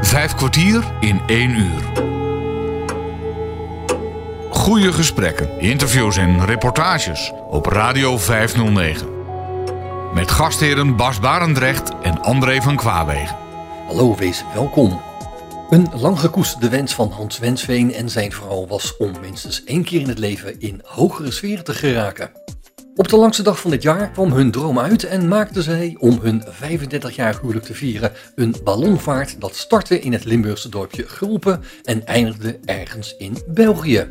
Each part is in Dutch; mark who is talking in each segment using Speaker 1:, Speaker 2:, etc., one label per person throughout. Speaker 1: Vijf kwartier in één uur. Goede gesprekken, interviews en reportages op Radio 509. Met gastheren Bas Barendrecht en André van Kwaabegen.
Speaker 2: Hallo, wees welkom. Een lang gekoesterde wens van Hans Wensveen en zijn vrouw was om minstens één keer in het leven in hogere sferen te geraken. Op de langste dag van dit jaar kwam hun droom uit en maakten zij, om hun 35-jarig huwelijk te vieren, een ballonvaart dat startte in het Limburgse dorpje Gulpen en eindigde ergens in België.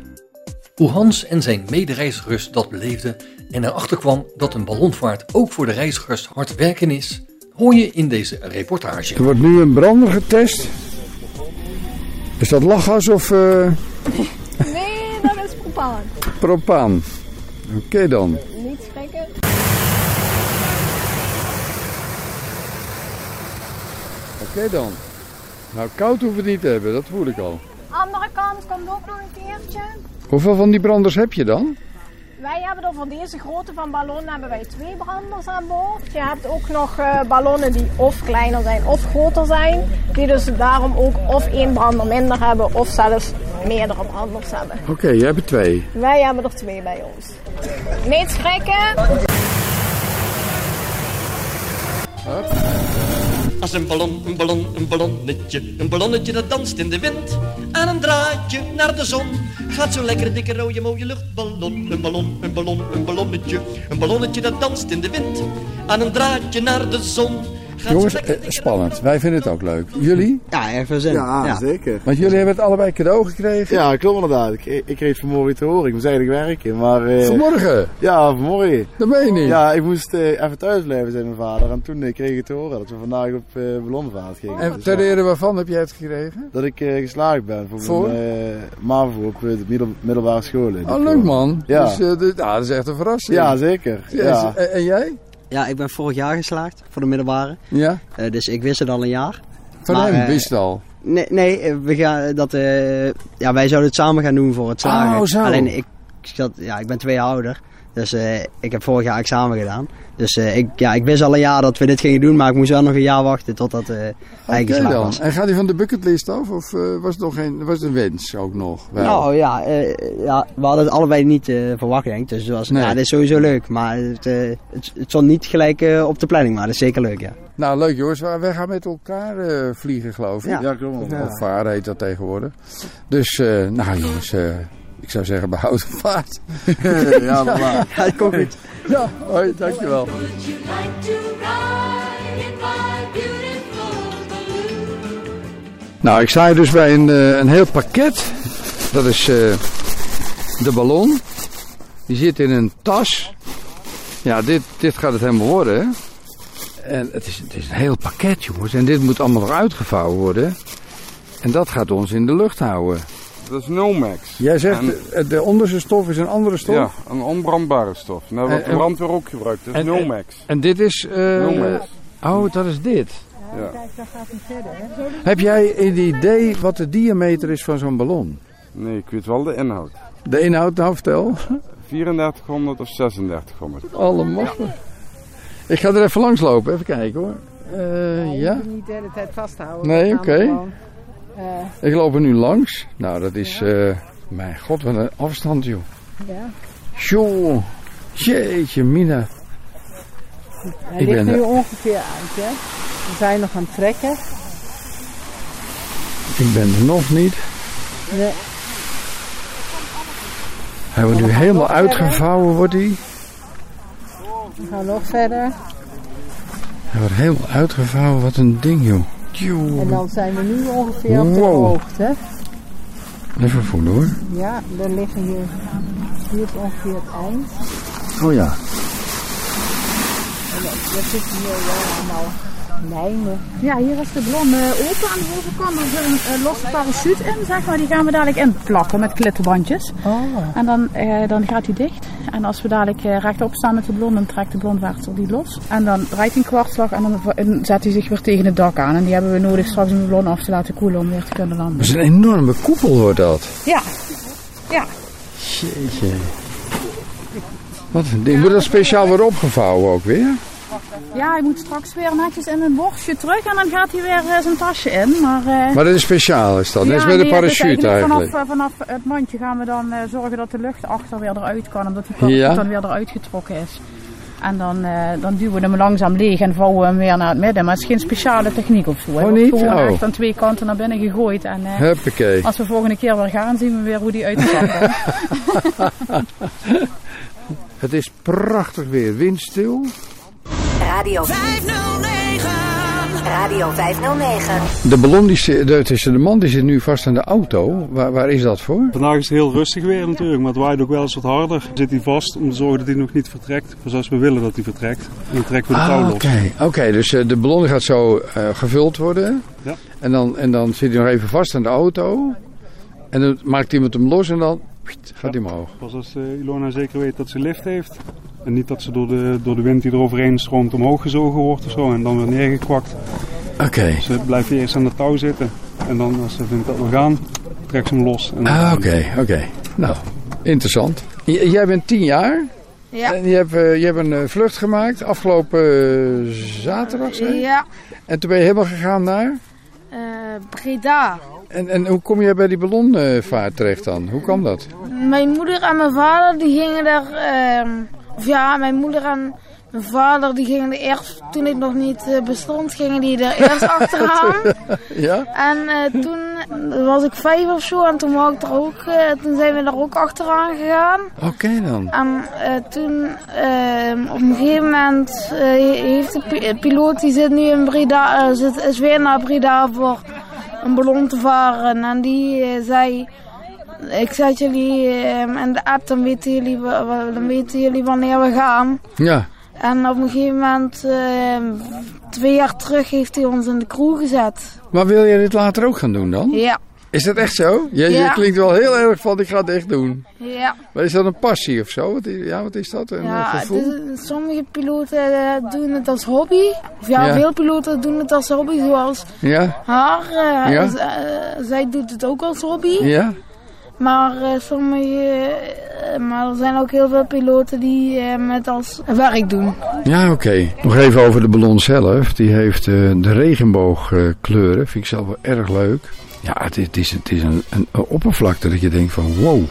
Speaker 2: Hoe Hans en zijn medereizigers dat beleefden en erachter kwam dat een ballonvaart ook voor de reizigers hard werken is, hoor je in deze reportage.
Speaker 3: Er wordt nu een brander getest. Is dat lachgas of eh,
Speaker 4: Nee, dat is propaan.
Speaker 3: propaan? Oké dan.
Speaker 4: Niet schrikken.
Speaker 3: Oké dan. Nou, koud hoeven we het niet te hebben, dat voel ik al.
Speaker 4: Andere kant komt ook nog een keertje.
Speaker 3: Hoeveel van die branders heb je dan?
Speaker 4: Wij hebben er van deze grootte van ballon hebben wij twee branders aan boord. Je hebt ook nog eh, ballonnen die of kleiner zijn of groter zijn. Die dus daarom ook of één brander minder hebben of zelfs meerdere branders hebben.
Speaker 3: Oké, jij hebt er twee.
Speaker 5: Nou,
Speaker 4: Wij hebben er twee bij ons. Niet schrikken.
Speaker 6: Als een ballon, een ballon, een ballonnetje, een ballonnetje dat danst in de wind. Aan een draadje naar de zon gaat zo'n lekker dikke rode mooie luchtballon. Een ballon, een ballon, een ballonnetje, een ballonnetje dat danst in de wind. Aan een draadje naar de zon gaat
Speaker 3: Jongens,
Speaker 6: zo'n lekker
Speaker 3: eh,
Speaker 6: dikke
Speaker 3: spannend. Wij vinden het ook leuk. Jullie?
Speaker 5: Ja, erg veel zin.
Speaker 7: Ja, zeker.
Speaker 3: Want jullie hebben het allebei cadeau gekregen.
Speaker 7: Ja, klopt inderdaad. Ik, ik kreeg het vanmorgen te horen. Ik moest eigenlijk werken, maar... eh,
Speaker 3: Vanmorgen,
Speaker 7: Ja, vanmorgen.
Speaker 3: dat ben je niet.
Speaker 7: Ja, ik moest eh, even thuis blijven, zei mijn vader. En toen eh, kreeg ik te horen dat we vandaag op eh ballonvaart gingen.
Speaker 3: En
Speaker 7: Dus,
Speaker 3: ter
Speaker 7: ja,
Speaker 3: ere waarvan heb jij het gekregen?
Speaker 7: dat ik eh, geslaagd ben voor,
Speaker 3: Voor?
Speaker 7: mijn eh MAVO op eh, de middel, middelbare school.
Speaker 3: Oh, leuk man.
Speaker 7: Ja.
Speaker 3: Dus, eh, dit- ah, dat is echt een verrassing.
Speaker 7: Ja, zeker.
Speaker 3: Ja,
Speaker 7: Ja.
Speaker 3: is- eh, en, en jij?
Speaker 5: Ja, ik ben vorig jaar geslaagd voor de middelbare.
Speaker 3: Ja,
Speaker 5: Eh, dus ik wist het al een jaar.
Speaker 3: van
Speaker 5: Maar,
Speaker 3: hem
Speaker 5: eh,
Speaker 3: wist het al.
Speaker 5: Nee, nee eh, we gaan, dat, eh, ja, wij zouden het samen gaan doen voor het slagen.
Speaker 3: Oh, zo.
Speaker 5: Alleen ik, zat, ja, ik ben twee jaar ouder. Dus eh, ik heb vorig jaar examen gedaan. Dus eh, ik, ja, ik wist al een jaar dat we dit gingen doen, maar ik moest wel nog een jaar wachten totdat eh hij
Speaker 3: Oké
Speaker 5: geslaagd
Speaker 3: dan.
Speaker 5: was.
Speaker 3: En gaat hij van de bucketlist af? Of eh, was het nog geen, was het een wens ook nog? Wel.
Speaker 5: Nou ja, eh, ja, we hadden het allebei niet eh, verwacht, denk ik. Dus het was,
Speaker 3: Nee.
Speaker 5: ja, dit is sowieso leuk. Maar het, eh, het, het stond niet gelijk eh, op de planning, maar dat is zeker leuk, ja.
Speaker 3: Nou, leuk jongens. Wij wij gaan met elkaar eh, vliegen, geloof ik.
Speaker 5: Ja.
Speaker 7: Ja, klopt inderdaad.
Speaker 3: Of varen heet dat tegenwoordig. Dus, eh, nou jongens, eh, ik zou zeggen behoud de vaart.
Speaker 7: ja, maar waar.
Speaker 5: Ja, dat komt goed.
Speaker 3: Ja, hoi, dankjewel.
Speaker 8: Would you like to ride in my beautiful balloon?
Speaker 3: Nou, ik sta hier dus bij een, eh, een heel pakket. Dat is eh, de ballon. Die zit in een tas. Ja, dit, dit gaat het helemaal worden. hè. En het is, het is een heel pakket, jongens. En dit moet allemaal nog uitgevouwen worden. En dat gaat ons in de lucht houden.
Speaker 9: Dat is Nomex.
Speaker 3: Jij zegt,
Speaker 9: En-
Speaker 3: eh, de onderste stof is een andere stof. Eh,
Speaker 9: Ja, een onbrandbare stof. Dat hebben we
Speaker 3: En-
Speaker 9: voor brandweer ook gebruikt. Dat is
Speaker 3: en-
Speaker 9: Nomex.
Speaker 3: En dit is... eh,
Speaker 9: Nomex.
Speaker 3: Oh, dat is dit.
Speaker 9: Ja.
Speaker 3: Heb jij een idee wat de diameter is van zo'n ballon?
Speaker 9: Nee, ik weet wel de inhoud.
Speaker 3: De inhoud, nou vertel.
Speaker 9: 3400 of 3600.
Speaker 3: Allemachtig. Ik ga er even langs lopen, even kijken hoor. Eh, ja,
Speaker 10: Niet de hele tijd vasthouden.
Speaker 3: Nee,
Speaker 10: We gaan
Speaker 3: oké.
Speaker 10: gewoon, eh,
Speaker 3: ik loop er nu langs. Nou, dat is, eh, mijn god, wat een afstand joh.
Speaker 10: ja.
Speaker 3: Tjoh, jeetje mina.
Speaker 10: Hij
Speaker 3: Ik
Speaker 10: ligt
Speaker 3: ben eh,
Speaker 10: nu
Speaker 3: er.
Speaker 10: ongeveer uit, hè. We zijn nog aan het trekken.
Speaker 3: Ik ben er nog niet.
Speaker 10: Nee.
Speaker 3: Hij wordt nu helemaal uitgevouwen, wordt hij.
Speaker 10: We gaan nog verder.
Speaker 3: Hij wordt helemaal uitgevouwen, wat een ding joh.
Speaker 10: En
Speaker 3: Tjoh.
Speaker 10: dan zijn we nu ongeveer op de
Speaker 3: Wow.
Speaker 10: hoogte.
Speaker 3: Even voelen hoor.
Speaker 10: Ja, er liggen hier... Hier is ongeveer het eind.
Speaker 3: Oh ja.
Speaker 10: Er zitten hier ja, allemaal lijnen. Ja, hier is de ballon
Speaker 11: eh,
Speaker 10: open aan de bovenkant. Er is een losse parachute in, zeg maar. Die gaan we dadelijk inplakken met klittenbandjes.
Speaker 3: Oh.
Speaker 11: En dan, eh, dan gaat hij dicht. En als we dadelijk eh, rechtop staan met de blond, dan trekt de blondwaartser die los. En dan draait hij een kwartslag en dan v- en zet hij zich weer tegen het dak aan. En die hebben we nodig straks om de blond af te laten koelen om weer te kunnen landen.
Speaker 3: Dat is een enorme koepel wordt dat.
Speaker 11: Ja,
Speaker 3: Jeetje. Wat een ding. Wordt dat speciaal weer opgevouwen ook weer?
Speaker 11: Ja, hij moet straks weer netjes in een borstje terug en dan gaat hij weer eh, zijn tasje in. Maar, eh,
Speaker 3: Maar dat is speciaal, is dat?
Speaker 11: ja,
Speaker 3: dat is met de
Speaker 11: nee, het is
Speaker 3: parachute eigenlijk.
Speaker 11: Vanaf, eh, vanaf het mandje gaan we dan eh, zorgen dat de lucht achter weer eruit kan, omdat die parachute
Speaker 3: Ja.
Speaker 11: dan weer eruit getrokken is. En dan, eh, dan duwen we hem langzaam leeg en vouwen we hem weer naar het midden. Maar het is geen speciale techniek of zo. Hij wordt
Speaker 3: niet?
Speaker 11: Gewoon
Speaker 3: Oh.
Speaker 11: echt aan twee kanten naar binnen gegooid. En, eh,
Speaker 3: Huppakee.
Speaker 11: Als we volgende keer weer gaan, zien we weer hoe die uit de zak komt.
Speaker 3: Het is prachtig weer, windstil.
Speaker 12: Radio 509. Radio 509.
Speaker 3: De ballon, die, zit- dat is de man die zit nu vast aan de auto. Waar, waar is dat voor?
Speaker 13: Vandaag is het heel rustig weer natuurlijk, maar het waait ook wel eens wat harder. Zit hij vast om te zorgen dat hij nog niet vertrekt, zoals we willen dat hij vertrekt. En dan trekken we de touw
Speaker 3: Ah,
Speaker 13: los.
Speaker 3: oké. Oké, dus eh, de ballon gaat zo eh, gevuld worden.
Speaker 13: Ja.
Speaker 3: En, dan, en dan zit hij nog even vast aan de auto. En dan maakt iemand hem los en dan pst, gaat hij omhoog.
Speaker 13: Pas als eh, Ilona zeker weet dat ze lift heeft. En niet dat ze door de, door de wind die er overheen stroomt omhoog gezogen wordt of zo en dan weer neergekwakt.
Speaker 3: Oké.
Speaker 13: Ze blijft eerst aan de touw zitten en dan als ze vindt dat we gaan, trekt ze hem los. En dan-
Speaker 3: Ah, oké, oké. Nou, interessant. J- jij bent tien jaar.
Speaker 14: Ja.
Speaker 3: En je hebt, eh, je hebt een eh, vlucht gemaakt afgelopen eh, zaterdag, zeg?
Speaker 14: Ja,
Speaker 3: En toen ben je helemaal gegaan naar...
Speaker 14: eh, Breda.
Speaker 3: En, en hoe kom jij bij die ballonvaart terecht dan? Hoe kwam dat?
Speaker 14: Mijn moeder en mijn vader die gingen daar. ehm, of ja, mijn moeder en mijn vader die gingen er eerst. Toen ik nog niet eh, bestond, gingen die er eerst achteraan.
Speaker 3: Ja?
Speaker 14: En eh, toen was ik vijf of zo en toen, wou ik er ook, eh, toen zijn we er ook achteraan gegaan.
Speaker 3: Oké dan.
Speaker 14: En eh, toen, eh, op een gegeven moment, eh, heeft de pi- eh, piloot, die zit nu in Breda, eh, zit, is weer naar Breda voor een ballon te varen. En die eh, zei, ik zet jullie eh, in de app, dan weten, jullie, wa- wa- dan weten jullie wanneer we gaan.
Speaker 3: Ja.
Speaker 14: En op een gegeven moment, eh, twee jaar terug, heeft hij ons in de crew gezet.
Speaker 3: Maar wil je dit later ook gaan doen dan?
Speaker 14: Ja,
Speaker 3: Is dat echt zo? Je, je
Speaker 14: Ja.
Speaker 3: klinkt wel heel erg van, ik ga het echt doen.
Speaker 14: ja.
Speaker 3: Maar is dat een passie of zo? Wat, i- ja, wat is dat? Een eh,
Speaker 14: Ja,
Speaker 3: gevoel?
Speaker 14: dit- sommige piloten eh, doen het als hobby. Of ja,
Speaker 3: Ja.
Speaker 14: veel piloten doen het als hobby, zoals
Speaker 3: Ja?
Speaker 14: haar. eh,
Speaker 3: Ja.
Speaker 14: z- eh, zij doet het ook als hobby.
Speaker 3: Ja?
Speaker 14: Maar, eh, sommige, eh, maar er zijn ook heel veel piloten die eh, het als werk doen.
Speaker 3: Ja, oké. Nog even over de ballon zelf. Die heeft eh, de regenboogkleuren. Vind ik zelf wel erg leuk. Ja, het, het is, het is een, een, een oppervlakte dat je denkt van wow.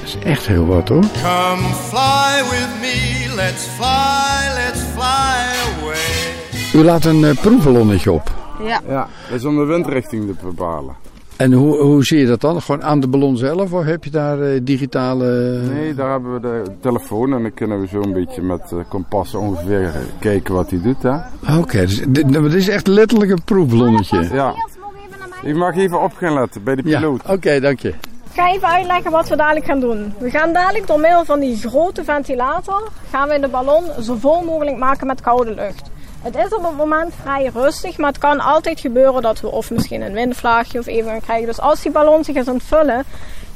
Speaker 3: Dat is echt heel wat hoor.
Speaker 15: Come fly with me, let's fly, let's fly away.
Speaker 3: U laat een eh, proefballonnetje op.
Speaker 14: Ja.
Speaker 9: ja. Dat is om de windrichting te bepalen.
Speaker 3: En hoe, hoe zie je dat dan? Gewoon aan de ballon zelf? Of heb je daar eh, digitale...
Speaker 9: Nee, daar hebben we de telefoon en dan kunnen we zo een beetje met eh, kompassen ongeveer kijken wat hij doet. Hè?
Speaker 3: Oké, dus dit, dit is echt letterlijk een proefballonnetje.
Speaker 9: Ja. Je mag even op gaan letten bij de piloot.
Speaker 3: Oké, dank je.
Speaker 4: Ik ga even uitleggen wat we dadelijk gaan doen. We gaan dadelijk door middel van die grote ventilator gaan we de ballon zo vol mogelijk maken met koude lucht. Het is op het moment vrij rustig, maar het kan altijd gebeuren dat we of misschien een windvlaagje of even gaan krijgen. Dus als die ballon zich is aan het vullen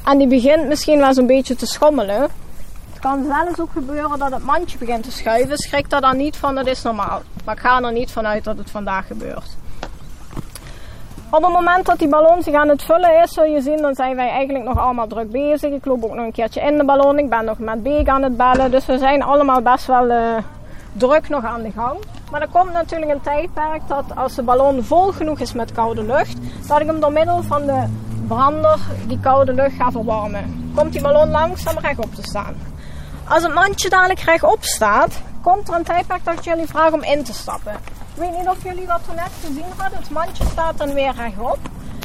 Speaker 4: en die begint misschien wel zo'n beetje te schommelen, het kan wel eens ook gebeuren dat het mandje begint te schuiven. Schrik daar dan niet van, dat is normaal. Maar ik ga er niet vanuit dat het vandaag gebeurt. Op het moment dat die ballon zich aan het vullen is, zul je zien, dan zijn wij eigenlijk nog allemaal druk bezig. Ik loop ook nog een keertje in de ballon. Ik ben nog met Beek aan het bellen. Dus we zijn allemaal best wel eh, druk nog aan de gang. Maar er komt natuurlijk een tijdperk dat als de ballon vol genoeg is met koude lucht, dat ik hem door middel van de brander die koude lucht ga verwarmen. Komt die ballon langzaam rechtop te staan. Als het mandje dadelijk rechtop staat, komt er een tijdperk dat ik jullie vraag om in te stappen. Ik weet niet of jullie dat toen net gezien hadden. Het mandje staat dan weer rechtop.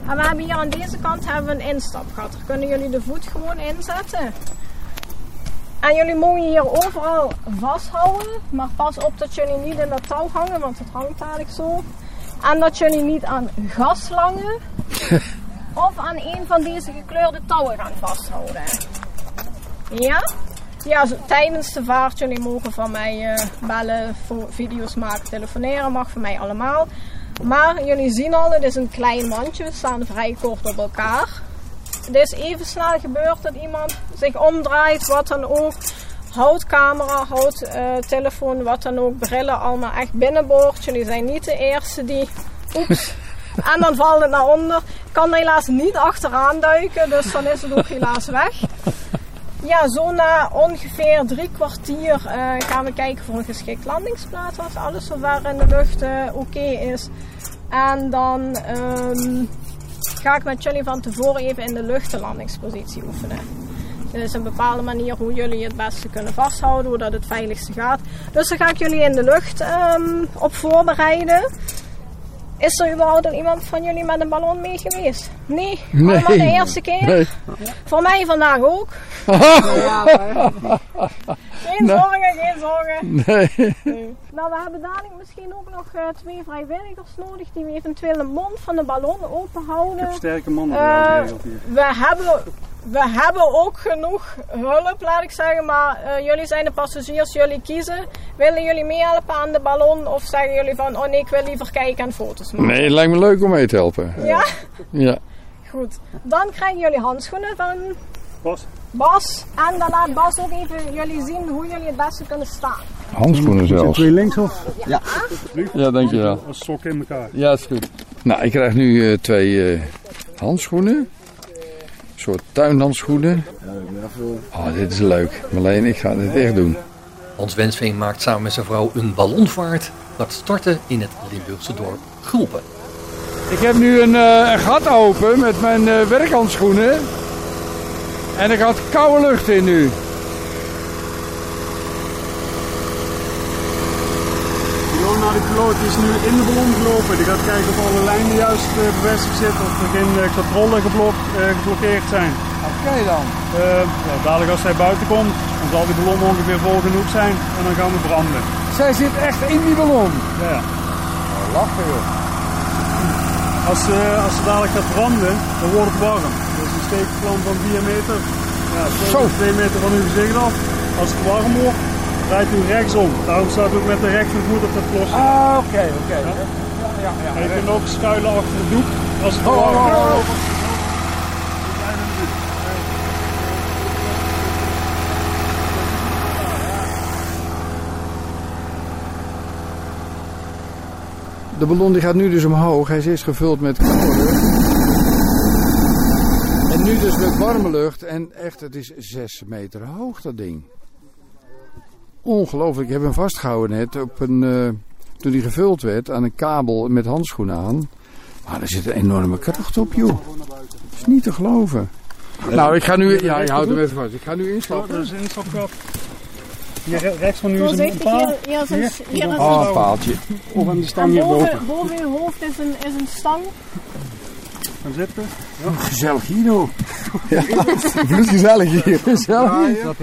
Speaker 4: En we hebben hier aan deze kant hebben we een instapgat. Daar kunnen jullie de voet gewoon inzetten. En jullie mogen hier overal vasthouden. Maar pas op dat jullie niet in dat touw hangen, want het hangt dadelijk zo. En dat jullie niet aan gaslangen of aan een van deze gekleurde touwen gaan vasthouden. Ja? Ja, zo- tijdens de vaart, jullie mogen van mij eh, bellen, vo- video's maken, telefoneren, mag van mij allemaal. Maar jullie zien al, het is een klein mandje, we staan vrij kort op elkaar. Het is even snel gebeurd dat iemand zich omdraait, wat dan ook. Houd camera, houd eh, telefoon, wat dan ook, brillen, allemaal echt binnenboord. Jullie zijn niet de eerste die... Oeps. En dan valt het naar onder. Ik kan helaas niet achteraan duiken, dus dan is het ook helaas weg. Ja, zo na ongeveer drie kwartier eh, gaan we kijken voor een geschikt landingsplaats. Als alles zover in de lucht eh, oké is. En dan ehm, ga ik met jullie van tevoren even in de lucht de landingspositie oefenen. Dus een bepaalde manier hoe jullie het beste kunnen vasthouden, hoe dat het veiligste gaat. Dus dan ga ik jullie in de lucht ehm, op voorbereiden. Is er überhaupt al iemand van jullie met een ballon mee geweest? Nee?
Speaker 12: Nee.
Speaker 4: Allemaal de eerste keer?
Speaker 12: Nee.
Speaker 4: Voor mij vandaag ook. Geen
Speaker 12: Nee.
Speaker 4: zorgen, geen zorgen.
Speaker 12: Nee.
Speaker 4: Nou, we hebben dadelijk misschien ook nog eh, twee vrijwilligers nodig die eventueel de mond van de ballon open houden.
Speaker 13: Ik heb sterke mannen
Speaker 4: Eh,
Speaker 13: nodig, Gerald, hier.
Speaker 4: we, hebben, we hebben ook genoeg hulp, laat ik zeggen. Maar eh, jullie zijn de passagiers, jullie kiezen. Willen jullie meehelpen aan de ballon of zeggen jullie van... Oh nee, ik wil liever kijken en foto's maken.
Speaker 3: Nee, het lijkt me leuk om mee te helpen.
Speaker 4: Ja?
Speaker 3: Ja.
Speaker 4: Goed. Dan krijgen jullie handschoenen van
Speaker 13: Bas.
Speaker 4: Bas. En dan laat Bas ook even jullie zien hoe jullie het beste kunnen staan.
Speaker 3: Handschoenen zelfs.
Speaker 13: Twee links of?
Speaker 4: Ja.
Speaker 3: Ja, dankjewel.
Speaker 13: Als sokken in elkaar.
Speaker 3: Ja, is goed. Nou, ik krijg nu eh, twee eh, handschoenen. Een soort tuinhandschoenen. Oh, dit is leuk. Marleen, ik ga dit echt doen.
Speaker 2: Hans Wensveen maakt samen met zijn vrouw een ballonvaart. Dat startte in het Limburgse dorp Gulpen.
Speaker 16: Ik heb nu een, eh, een gat open met mijn eh, werkhandschoenen. En er gaat koude lucht in nu.
Speaker 13: Jona de piloot is nu in de ballon gelopen. Die gaat kijken of alle lijnen juist eh, bevestigd zitten. Of er geen eh, controle geblok, eh, geblokkeerd zijn. Oké dan. ja, dadelijk als hij buiten komt, dan zal die ballon ongeveer vol genoeg zijn. En dan gaan we branden. Zij zit echt in die ballon? Ja. lachen Als, ze als ze dadelijk gaat branden, dan wordt het warm. Dat is een steekvlam van 4 meter. Ja,
Speaker 3: Zo.
Speaker 13: 2 meter van uw gezicht af. Als het warm wordt, draait u rechtsom. Daarom staat u ook met de rechtervoet op de klos. Ah, oké, oké. En je kunt ook schuilen achter het doek als het warm wordt.
Speaker 3: De ballon die gaat nu dus omhoog. Hij is eerst gevuld met koude lucht. En nu dus met warme lucht. En echt, het is 6 meter hoog, dat ding. Ongelooflijk. Ik heb hem vastgehouden net op een, eh, toen hij gevuld werd aan een kabel met handschoenen aan. Maar er zit een enorme kracht op, joh. Dat is niet te geloven. Nou, ik ga nu... Ja, je houdt hem even vast. Ik ga nu instappen.
Speaker 13: Dat is een instapkap. Hier re- rechts van u is een
Speaker 4: Voorzichtig,
Speaker 13: paal.
Speaker 4: hier- hier Ah, is een- hier is
Speaker 3: Oh, een paaltje.
Speaker 13: Of aan de stang
Speaker 4: En
Speaker 13: hierboven.
Speaker 4: boven, boven uw hoofd is een, is een stang.
Speaker 13: Dan zitten.
Speaker 3: Gezellig hier, joh. Ja, bloedgezellig hier. Gezellig hier.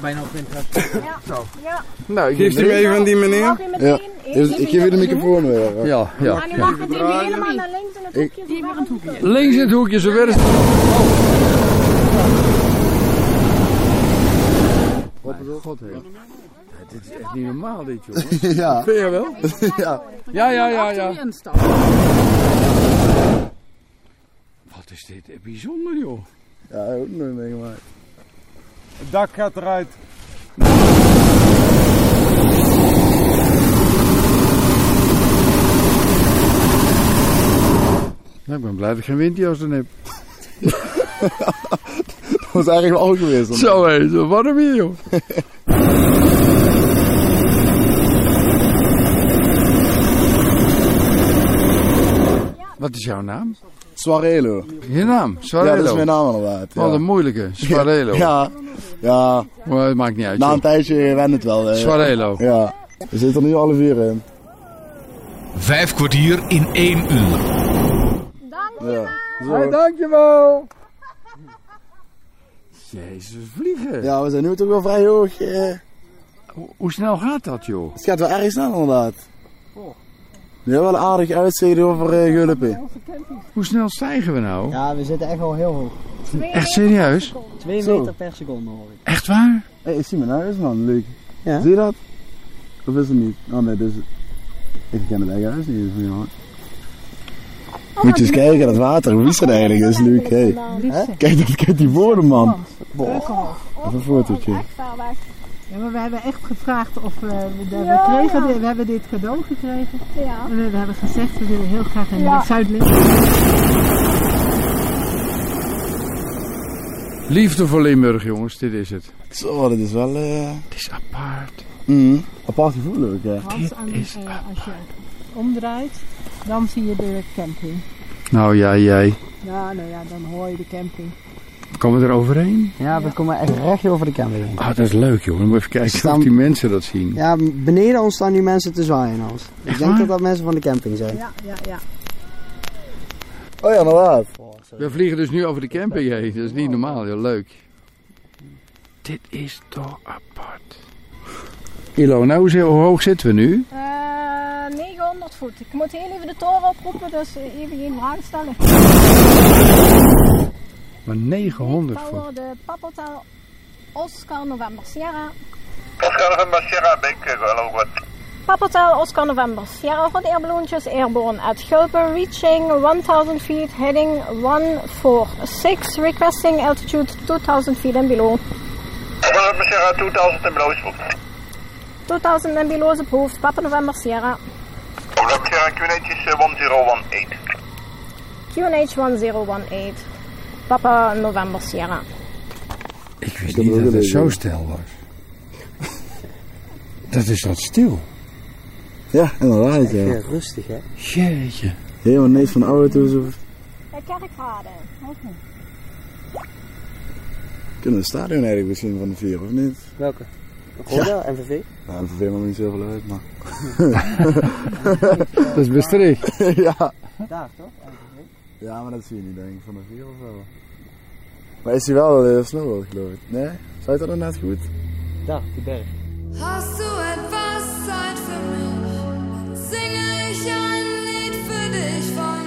Speaker 7: bijna op wind
Speaker 4: Ja. ja.
Speaker 3: Nou, ik
Speaker 7: Geeft u
Speaker 3: neem-
Speaker 7: hem even aan die meneer? Mag u meteen?
Speaker 3: Ja.
Speaker 7: Ik Dus geef ik u geef u de dat microfoon
Speaker 3: weer. Ja, ja.
Speaker 4: En u mag het even helemaal naar links in het
Speaker 3: Ik-
Speaker 4: hoekje. Die het hoekje.
Speaker 3: Links in het hoekje, zo werd het. Wat God, Dit is echt niet normaal, dit, jongens.
Speaker 13: Ja.
Speaker 3: Vind je wel?
Speaker 13: Ja.
Speaker 3: Ja, ja, ja, ja. Wat is dit bijzonder, joh.
Speaker 7: Ja, ook nog meegemaakt.
Speaker 13: Het dak gaat eruit.
Speaker 3: Nou, ik ben blij dat ik geen windjas dan heb.
Speaker 7: Dat was eigenlijk wel al geweest.
Speaker 3: Zo hé, zo warm hier, joh. Wat is jouw naam?
Speaker 7: Soarelo.
Speaker 3: Je naam? Soarelo.
Speaker 7: Ja, dat is mijn naam inderdaad.
Speaker 3: Wat een moeilijke, Soarelo.
Speaker 7: Ja. ja.
Speaker 3: Maar het maakt niet uit.
Speaker 7: Na een
Speaker 3: joh.
Speaker 7: tijdje wendt het wel. hè.
Speaker 3: Soarelo.
Speaker 7: eh, Ja. We zitten er nu alle vier in.
Speaker 1: Vijf kwartier in één uur.
Speaker 7: Ja.
Speaker 3: Hey,
Speaker 7: dankjewel.
Speaker 3: Jezus, vliegen.
Speaker 7: Ja, we zijn nu toch wel vrij hoog. eh.
Speaker 3: Hoe snel gaat dat, joh?
Speaker 7: Het gaat wel erg snel inderdaad. Nu hebben we wel een aardig uitzicht over eh Gulpen.
Speaker 3: Hoe snel stijgen we nou?
Speaker 5: Ja, we zitten echt wel heel hoog.
Speaker 3: Echt serieus?
Speaker 5: Twee
Speaker 7: Zo.
Speaker 5: meter per seconde hoor ik.
Speaker 3: Echt waar?
Speaker 7: Hé, ik zie mijn huis man, leuk. Zie je dat? Of is het niet? Oh nee, dus. Ik ken het eigen huis niet eens meer hoor. Moet je eens kijken, dat water, hoe is dat eigenlijk? is leuk, hé.
Speaker 10: Liefste.
Speaker 7: Kijk, dat, kijk die woorden man. Even een fotootje.
Speaker 10: Ja, maar we hebben echt gevraagd of eh, we, de- we,
Speaker 12: Ja,
Speaker 10: kregen,
Speaker 12: ja.
Speaker 10: dit- we hebben dit cadeau gekregen.
Speaker 12: Ja.
Speaker 10: En we, we hebben gezegd, we willen heel graag in
Speaker 12: Ja.
Speaker 10: het Zuidlimburg.
Speaker 3: Liefde voor Limburg, jongens, dit is het.
Speaker 7: Zo, dat is wel... eh,
Speaker 3: Het is apart.
Speaker 7: Mm, apart gevoel ook, ja.
Speaker 10: Want aan, eh, als je omdraait, dan zie je de camping.
Speaker 3: Nou ja, jij.
Speaker 10: Ja, nou ja, dan hoor je de camping.
Speaker 3: Komen we er overheen?
Speaker 5: Ja, we komen echt recht over de camera heen.
Speaker 3: Ah, dat is leuk, joh. Dan moet je even kijken of die mensen dat zien.
Speaker 5: Ja, beneden ons staan nu mensen te zwaaien als. Ik denk dat dat mensen van de camping zijn.
Speaker 10: Ja, ja, ja.
Speaker 3: Oh ja, inderdaad. We vliegen dus nu over de camping heen. Dat is niet normaal, heel leuk. Dit is toch apart. Ilo, nou, hoe- hoe hoog zitten we nu?
Speaker 4: Eh, 900 voet. Ik moet heel even de toren oproepen, dus eh, even geen vragen stellen.
Speaker 3: Maar 900 voet.
Speaker 4: Tower de Papeltaal Oscar November Sierra. Papeltaal Oscar November Sierra rond airballoontjes airborne at Gulpen reaching 1000 feet heading 146 requesting altitude 2000 feet and below.
Speaker 12: 2000 en Bloosvoet.
Speaker 4: 2000 and below is approved. Papa November Sierra.
Speaker 12: Probleem Sierra QNH is eh, 1018.
Speaker 4: QNH 1018. Papa November Sierra.
Speaker 9: Ik wist niet dat het zo stil was. Dat is wat stil.
Speaker 7: Ja, inderdaad, ja.
Speaker 5: Echt, eh, rustig, hè?
Speaker 7: Jeetje. Helemaal niks van auto's of...
Speaker 4: Eh, Kerkrade. Okay.
Speaker 7: Kunnen we het stadion eigenlijk misschien van de vier, of niet?
Speaker 5: Welke? Roda, MVV?
Speaker 7: Ja, dat verveelt me niet zoveel uit, maar...
Speaker 3: Dat is Maastricht.
Speaker 7: ja.
Speaker 5: Daar toch?
Speaker 7: ja, maar dat zie je niet denk ik, van de vier of zo. Maar is hij wel eh, snowboard geloof ik? Nee? Zou je dat dan net goed?
Speaker 5: Daar, die berg.
Speaker 17: Hast du etwas Zeit für mich? Singe ich ein Lied für dich von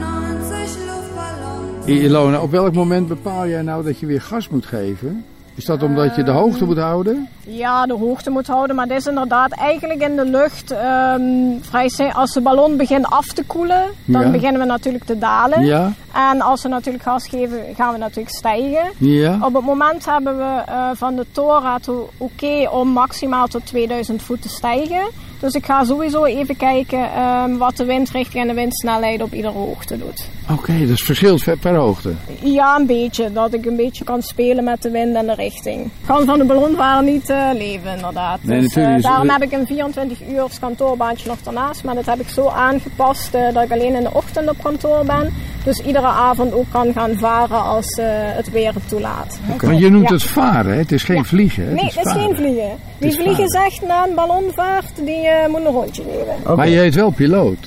Speaker 17: 99 Luftballons.
Speaker 3: Ilona, op welk moment bepaal jij nou dat je weer gas moet geven? Is dat omdat je de
Speaker 4: Ehm,
Speaker 3: hoogte moet houden?
Speaker 4: Ja, de hoogte moet houden, maar dit is inderdaad eigenlijk in de lucht ehm, vrij si- Als de ballon begint af te koelen, dan
Speaker 3: Ja.
Speaker 4: beginnen we natuurlijk te dalen.
Speaker 3: Ja.
Speaker 4: En als we natuurlijk gas geven, gaan we natuurlijk stijgen.
Speaker 3: Ja.
Speaker 4: Op het moment hebben we eh, van de Torah het o- oké om maximaal tot 2000 voet te stijgen. Dus ik ga sowieso even kijken ehm, wat de windrichting en de windsnelheid op iedere hoogte doet.
Speaker 3: Oké, dat is verschilt per, per hoogte.
Speaker 4: Ja, een beetje. Dat ik een beetje kan spelen met de wind en de richting. Ik kan van de ballonvaren niet eh, leven, inderdaad.
Speaker 3: Nee,
Speaker 4: dus, eh,
Speaker 3: natuurlijk is-
Speaker 4: daarom heb ik een 24 uur kantoorbaantje nog daarnaast. Maar dat heb ik zo aangepast eh, dat ik alleen in de ochtend op kantoor ben. Dus iedere avond ook kan gaan varen als eh, het weer het toelaat.
Speaker 3: Want je noemt
Speaker 4: Ja.
Speaker 3: het varen, hè? het is geen vliegen. Hè?
Speaker 4: Nee, het is geen
Speaker 3: varen.
Speaker 4: vliegen. Wie
Speaker 3: is
Speaker 4: vliegen
Speaker 3: varen.
Speaker 4: zegt na een ballonvaart, die eh, moet een rondje nemen.
Speaker 3: Maar je heet wel piloot.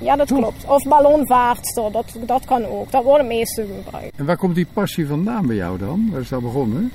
Speaker 4: Ja, dat klopt. Of ballonvaartster, dat, dat kan ook. Dat wordt het meeste gebruikt.
Speaker 3: En waar komt die passie vandaan bij jou dan? Waar is dat begonnen?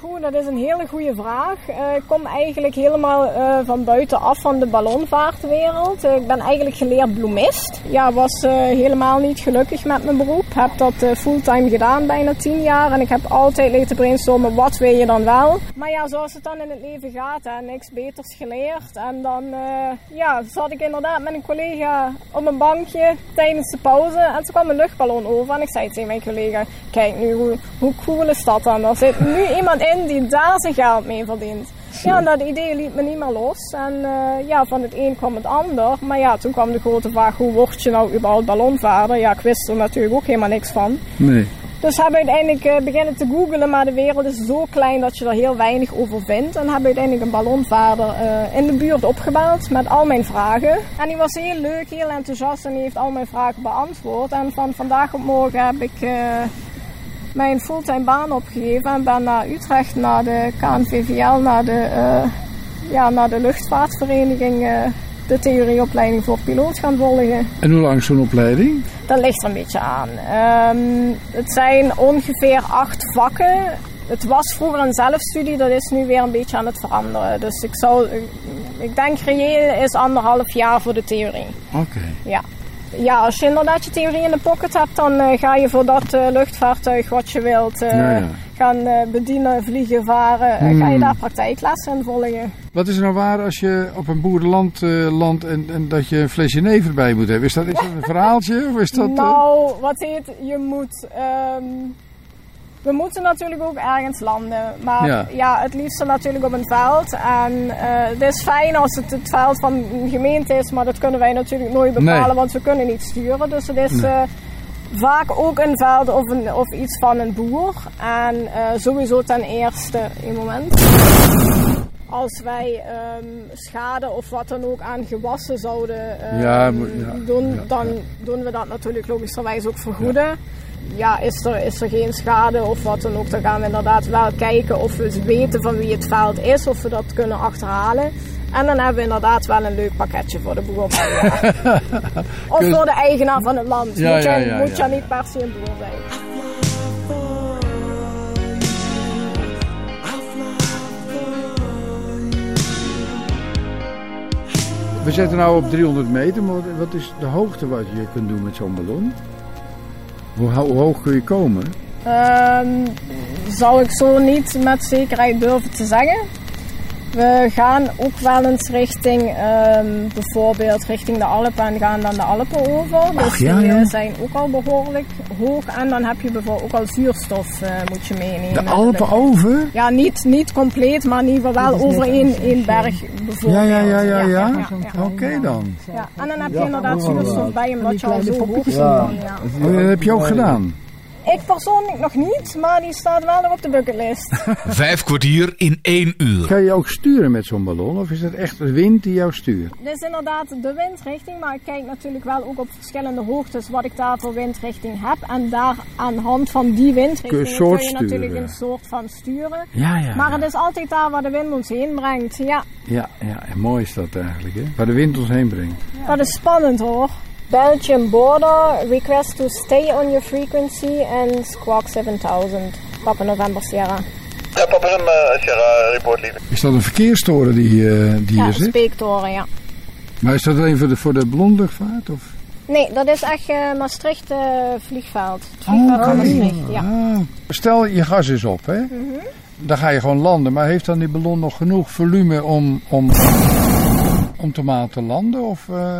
Speaker 4: Poeh, dat is een hele goede vraag. Eh, ik kom eigenlijk helemaal eh, van buitenaf van de ballonvaartwereld. Eh, ik ben eigenlijk geleerd bloemist. Ja, was eh, helemaal niet gelukkig met mijn beroep. Heb dat eh, fulltime gedaan, bijna tien jaar. En ik heb altijd leren brainstormen, wat wil je dan wel? Maar ja, zoals het dan in het leven gaat, hè, niks beters geleerd. En dan eh, ja, zat ik inderdaad met een collega op een bankje tijdens de pauze. En toen kwam een luchtballon over. En ik zei tegen mijn collega, kijk nu, hoe, hoe cool is dat dan? Er zit nu iemand in die daar zijn geld mee verdient. Ja, en dat idee liet me niet meer los. En eh, ja, van het een kwam het ander. Maar ja, toen kwam de grote vraag, hoe word je nou überhaupt ballonvaarder? Ja, ik wist er natuurlijk ook helemaal niks van.
Speaker 3: Nee.
Speaker 4: Dus hebben uiteindelijk eh, beginnen te googlen, maar de wereld is zo klein dat je er heel weinig over vindt. En hebben uiteindelijk een ballonvaarder eh, in de buurt opgebeld met al mijn vragen. En die was heel leuk, heel enthousiast en die heeft al mijn vragen beantwoord. En van vandaag op morgen heb ik eh, mijn fulltime baan opgegeven en ben naar Utrecht, naar de KNVVL, naar de, eh, ja, naar de luchtvaartvereniging, eh, de theorieopleiding voor piloot gaan volgen.
Speaker 3: En hoe lang is zo'n opleiding?
Speaker 4: Dat ligt er een beetje aan. Ehm, het zijn ongeveer acht vakken. Het was vroeger een zelfstudie, dat is nu weer een beetje aan het veranderen. Dus ik, zou, ik denk reëel is anderhalf jaar voor de theorie.
Speaker 3: Oké.
Speaker 4: Ja. Ja, als je inderdaad je theorie in de pocket hebt, dan eh, ga je voor dat eh, luchtvaartuig wat je wilt eh,
Speaker 3: Ja, ja.
Speaker 4: gaan eh, bedienen, vliegen, varen. eh, Ga je
Speaker 3: Hmm.
Speaker 4: daar praktijklessen in volgen?
Speaker 3: Wat is er nou waar als je op een boerenland eh, landt en, en dat je een flesje never bij moet hebben? Is dat, is dat een verhaaltje? Of is dat, eh,
Speaker 4: Nou, wat heet, je moet. ehm, we moeten natuurlijk ook ergens landen. Maar ja,
Speaker 3: Ja.
Speaker 4: het liefste natuurlijk op een veld. En eh, het is fijn als het het veld van een gemeente is, maar dat kunnen wij natuurlijk nooit bepalen,
Speaker 3: Nee.
Speaker 4: want we kunnen niet sturen. Dus het is.
Speaker 3: Nee.
Speaker 4: eh, vaak ook een veld of, een, of iets van een boer. En eh, sowieso ten eerste, een moment. Als wij ehm, schade of wat dan ook aan gewassen zouden ehm,
Speaker 3: Ja, moet- ja,
Speaker 4: doen, dan doen we dat natuurlijk logischerwijs ook vergoeden. Ja, is, er, is er geen schade of wat dan ook, dan gaan we inderdaad wel kijken of we weten van wie het veld is, of we dat kunnen achterhalen. En dan hebben we inderdaad wel een leuk pakketje voor de boer. of voor de eigenaar van het land.
Speaker 3: Ja,
Speaker 4: moet je,
Speaker 3: ja, ja,
Speaker 4: moet
Speaker 3: ja,
Speaker 4: je niet per se een boer zijn.
Speaker 3: We zitten nou op 300 meter, maar wat is de hoogte wat je kunt doen met zo'n ballon? Hoe, ho- hoe hoog kun je komen?
Speaker 4: Ehm, zou ik zo niet met zekerheid durven te zeggen. We gaan ook wel eens richting, ehm, bijvoorbeeld richting de Alpen en gaan dan de Alpen over. Dus
Speaker 18: Ach, ja,
Speaker 4: die eh,
Speaker 18: ja.
Speaker 4: zijn ook al behoorlijk hoog. En dan heb je bijvoorbeeld ook al zuurstof eh, moet je meenemen.
Speaker 3: De Alpen over?
Speaker 4: Ja, niet, niet compleet, maar in ieder geval
Speaker 3: Dat
Speaker 4: wel
Speaker 3: is net
Speaker 4: over één, één berg bijvoorbeeld.
Speaker 3: Ja, ja, ja, ja, ja.
Speaker 4: ja.
Speaker 3: Oké dan.
Speaker 4: Ja, en dan heb je
Speaker 3: Ja,
Speaker 4: inderdaad
Speaker 3: ja, ja.
Speaker 4: zuurstof bij, omdat je al zo hoog zit. dan, ja.
Speaker 3: Oh, ja, dat heb je ook gedaan.
Speaker 4: Ik persoonlijk nog niet, maar die staat wel nog op de bucketlist.
Speaker 1: Vijf kwartier in één uur.
Speaker 3: Kan je ook sturen met zo'n ballon of is dat echt de wind die jou stuurt?
Speaker 4: Dit is Dus inderdaad de windrichting, maar ik kijk natuurlijk wel ook op verschillende hoogtes wat ik daar voor windrichting heb. En daar aan de hand van die
Speaker 3: Kun je
Speaker 4: windrichting
Speaker 3: soort
Speaker 4: je
Speaker 3: sturen.
Speaker 4: natuurlijk een soort van sturen.
Speaker 3: Ja, ja,
Speaker 4: Maar
Speaker 3: ja.
Speaker 4: het is altijd daar waar de wind ons heen brengt. Ja,
Speaker 3: Ja, ja, en mooi is dat eigenlijk, hè? Waar de wind ons heen brengt.
Speaker 4: dat is spannend hoor. Belgium border, request to stay on your frequency and squawk 7000. Papa November Sierra.
Speaker 12: Ja, Papa Rem, eh, Sierra, report liever.
Speaker 3: Is dat een verkeerstoren die, eh, die
Speaker 4: ja,
Speaker 3: hier zit?
Speaker 4: speektoren, ja.
Speaker 3: Maar is dat alleen voor de, voor de ballonluchtvaart? Of?
Speaker 4: Nee, dat is echt eh, Maastricht eh, vliegveld. Het vliegveld van
Speaker 3: oké.
Speaker 4: Maastricht, ja.
Speaker 3: Stel, je gas is op, hè?
Speaker 4: Mhm.
Speaker 3: Dan ga je gewoon landen. Maar heeft dan die ballon nog genoeg volume om, om, om te maar te landen? Of eh,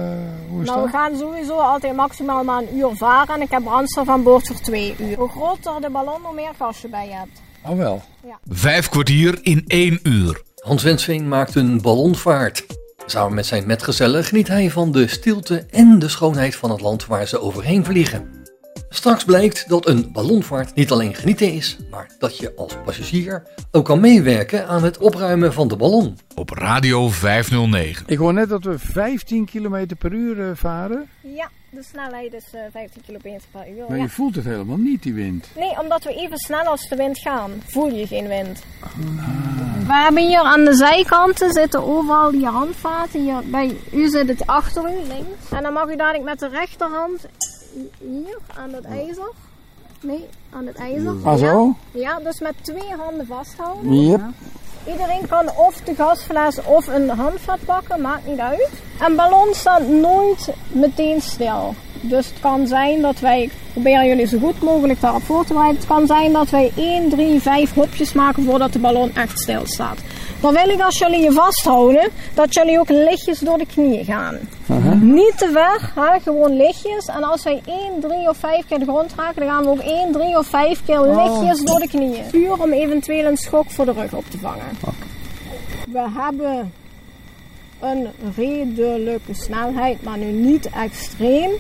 Speaker 3: hoe is
Speaker 4: Nou, we
Speaker 3: dat?
Speaker 4: gaan sowieso altijd maximaal maar een uur varen. En ik heb brandstof aan boord voor twee uur. Hoe groter de ballon, hoe meer gas je bij je hebt.
Speaker 3: Oh wel.
Speaker 1: Vijf kwartier in één uur.
Speaker 2: Hans Wensveen maakt een ballonvaart. Samen met zijn metgezellen geniet hij van de stilte en de schoonheid van het land waar ze overheen vliegen. Straks blijkt dat een ballonvaart niet alleen genieten is, maar dat je als passagier ook kan meewerken aan het opruimen van de ballon.
Speaker 1: Op Radio 509.
Speaker 3: Ik hoor net dat we 15 km per uur eh, varen.
Speaker 4: Ja, de snelheid is eh, 15 km per uur.
Speaker 3: Maar
Speaker 4: ja.
Speaker 3: je voelt het helemaal niet, die wind.
Speaker 4: Nee, omdat we even snel als de wind gaan, voel je geen wind.
Speaker 3: Ah.
Speaker 4: We hebben hier aan de zijkanten zitten overal die handvaten. Hier bij u zit het achter u, links. En dan mag u dadelijk met de rechterhand hier aan het ijzer. Nee, aan het ijzer.
Speaker 3: Ah, zo?
Speaker 4: Ja, dus met twee handen vasthouden.
Speaker 3: Yep.
Speaker 4: Iedereen kan of de gasfles of een handvat pakken, maakt niet uit. Een ballon staat nooit meteen stil. Dus het kan zijn dat wij, ik probeer jullie zo goed mogelijk daarop voor te bereiden. Het kan zijn dat wij 1, 3, 5 hopjes maken voordat de ballon echt stil staat. Dan wil ik als jullie je vasthouden, dat jullie ook lichtjes door de knieën gaan. Niet te ver, hè, gewoon lichtjes. En als wij 1, 3 of 5 keer de grond raken, dan gaan we ook 1, 3 of 5 keer lichtjes door de knieën. Puur om eventueel een schok voor de rug op te vangen. We hebben een redelijke snelheid, maar nu niet extreem.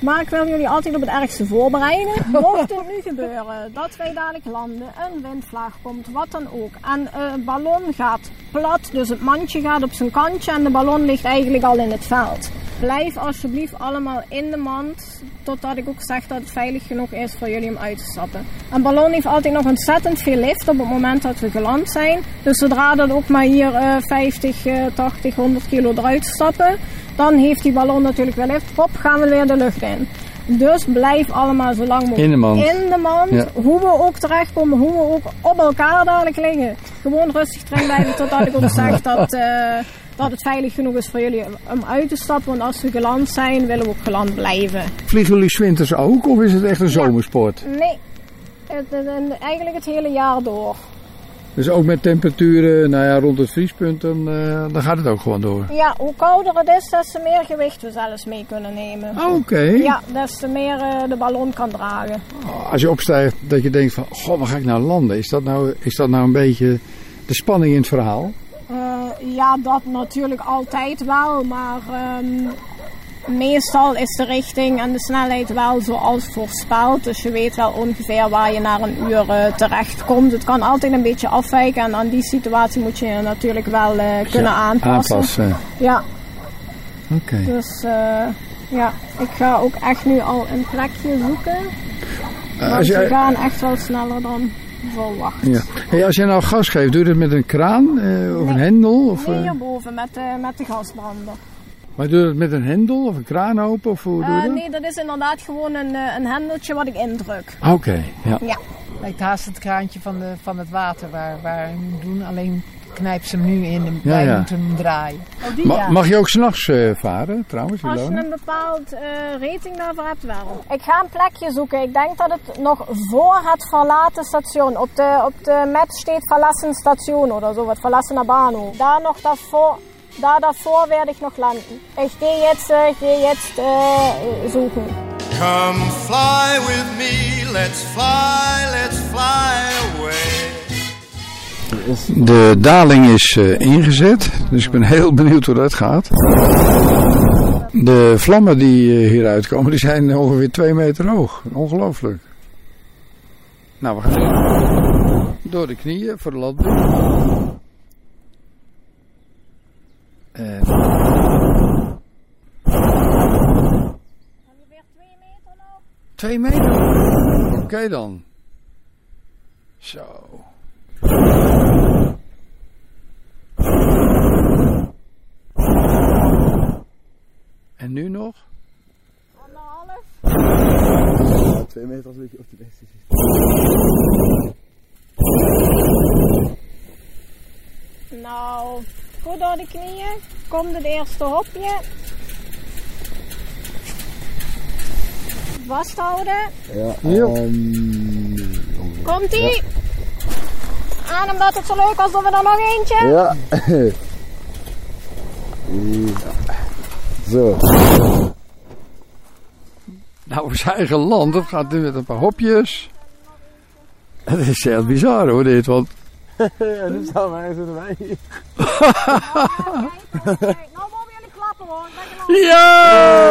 Speaker 4: Maar ik wil jullie altijd op het ergste voorbereiden. Mocht het nu gebeuren dat wij dadelijk landen, een windvlaag komt, wat dan ook. En eh, een ballon gaat plat, dus het mandje gaat op zijn kantje en de ballon ligt eigenlijk al in het veld. Blijf alsjeblieft allemaal in de mand, totdat ik ook zeg dat het veilig genoeg is voor jullie om uit te stappen. Een ballon heeft altijd nog ontzettend veel lift op het moment dat we geland zijn. Dus zodra dat ook maar hier eh, 50, eh, 80, 100 kilo eruit stappen, dan heeft die ballon natuurlijk weer lift. Hop, gaan we weer de lucht in. Dus blijf allemaal zo lang mogelijk
Speaker 3: In de mand.
Speaker 4: in de mand.
Speaker 3: Ja.
Speaker 4: Hoe we ook terechtkomen, hoe we ook op elkaar dadelijk liggen. Gewoon rustig erin blijven totdat ik ook zeg dat, eh, dat het veilig genoeg is voor jullie om uit te stappen. Want als we geland zijn, willen we ook geland blijven.
Speaker 3: Vliegen jullie 's winters ook of is het echt een zomersport?
Speaker 4: Nee, het, het- het- eigenlijk het hele jaar door.
Speaker 3: Dus ook met temperaturen nou ja, rond het vriespunt, dan, eh, dan gaat het ook gewoon door.
Speaker 4: Ja, hoe kouder het is, des te meer gewicht we zelfs mee kunnen nemen.
Speaker 3: Ah, oké.
Speaker 4: Ja, des te meer eh, de ballon kan dragen.
Speaker 3: Als je opstijgt, dat je denkt van, goh, waar ga ik nou landen? Is dat nou, is dat nou een beetje de spanning in het verhaal?
Speaker 4: Eh, ja, dat natuurlijk altijd wel, maar ehm, meestal is de richting en de snelheid wel zoals voorspeld. Dus je weet wel ongeveer waar je na een uur eh, terecht komt. Het kan altijd een beetje afwijken. En aan die situatie moet je je natuurlijk wel eh, kunnen aanpassen.
Speaker 9: Aanpassen.
Speaker 4: Ja,
Speaker 9: Oké.
Speaker 4: dus eh, ja, ik ga ook echt nu al een plekje zoeken.
Speaker 3: Eh,
Speaker 4: want
Speaker 3: als jij-
Speaker 4: we gaan echt wel sneller dan verwacht.
Speaker 3: Ja. Hey, als jij nou gas geeft, doe je dat met een kraan eh, of een hendel? Of, eh,
Speaker 4: Nee, hierboven met, de- met de gasbrander.
Speaker 3: maar doe je dat met een hendel of een kraan open? Of hoe doe je
Speaker 4: Eh,
Speaker 3: dat?
Speaker 4: nee, dat is inderdaad gewoon een, eh, een hendeltje wat ik indruk.
Speaker 3: Oké, ja.
Speaker 18: Lijkt haast het kraantje van, de, van het water waar, waar hij moet doen. Alleen knijp ze hem nu in en
Speaker 3: Ja,
Speaker 18: wij
Speaker 3: ja.
Speaker 18: moeten hem draaien.
Speaker 3: Ma- mag je ook s'nachts eh varen trouwens?
Speaker 4: Als je
Speaker 3: Ilona?
Speaker 4: een bepaald eh, rating daarvoor hebt, wel. Ik ga een plekje zoeken. Ik denk dat het nog voor het verlaten station, op de, op de map staat verlassen station of zo, wat verlassen Bano. Daar nog daarvoor, daar daarvoor werde ik nog landen. Ik ga jetzt, eh, ik ga jetzt eh, zoeken.
Speaker 15: Come fly with me, let's fly, let's fly away.
Speaker 3: De daling is eh, ingezet, dus ik ben heel benieuwd hoe dat gaat. De vlammen die eh, hieruit komen, die zijn ongeveer 2 meter hoog. Ongelooflijk. Nou, we gaan door de knieën voor de landbouw. En... Twee meter? Oké dan. Zo. En nu nog?
Speaker 7: Twee meter als je op de beste zit.
Speaker 4: Nou, goed door de knieën. Komt het eerste hopje. Vasthouden.
Speaker 7: Ja, ehm,
Speaker 4: Komt ie? Adem dat het zo leuk was, doen we er nog eentje.
Speaker 7: Ja. Ja. Zo.
Speaker 3: Nou, op zijn eigen land, dat gaat nu met een paar hopjes. Het is heel bizar hoor, dit. Want
Speaker 7: ja, nu staan wij zo erbij.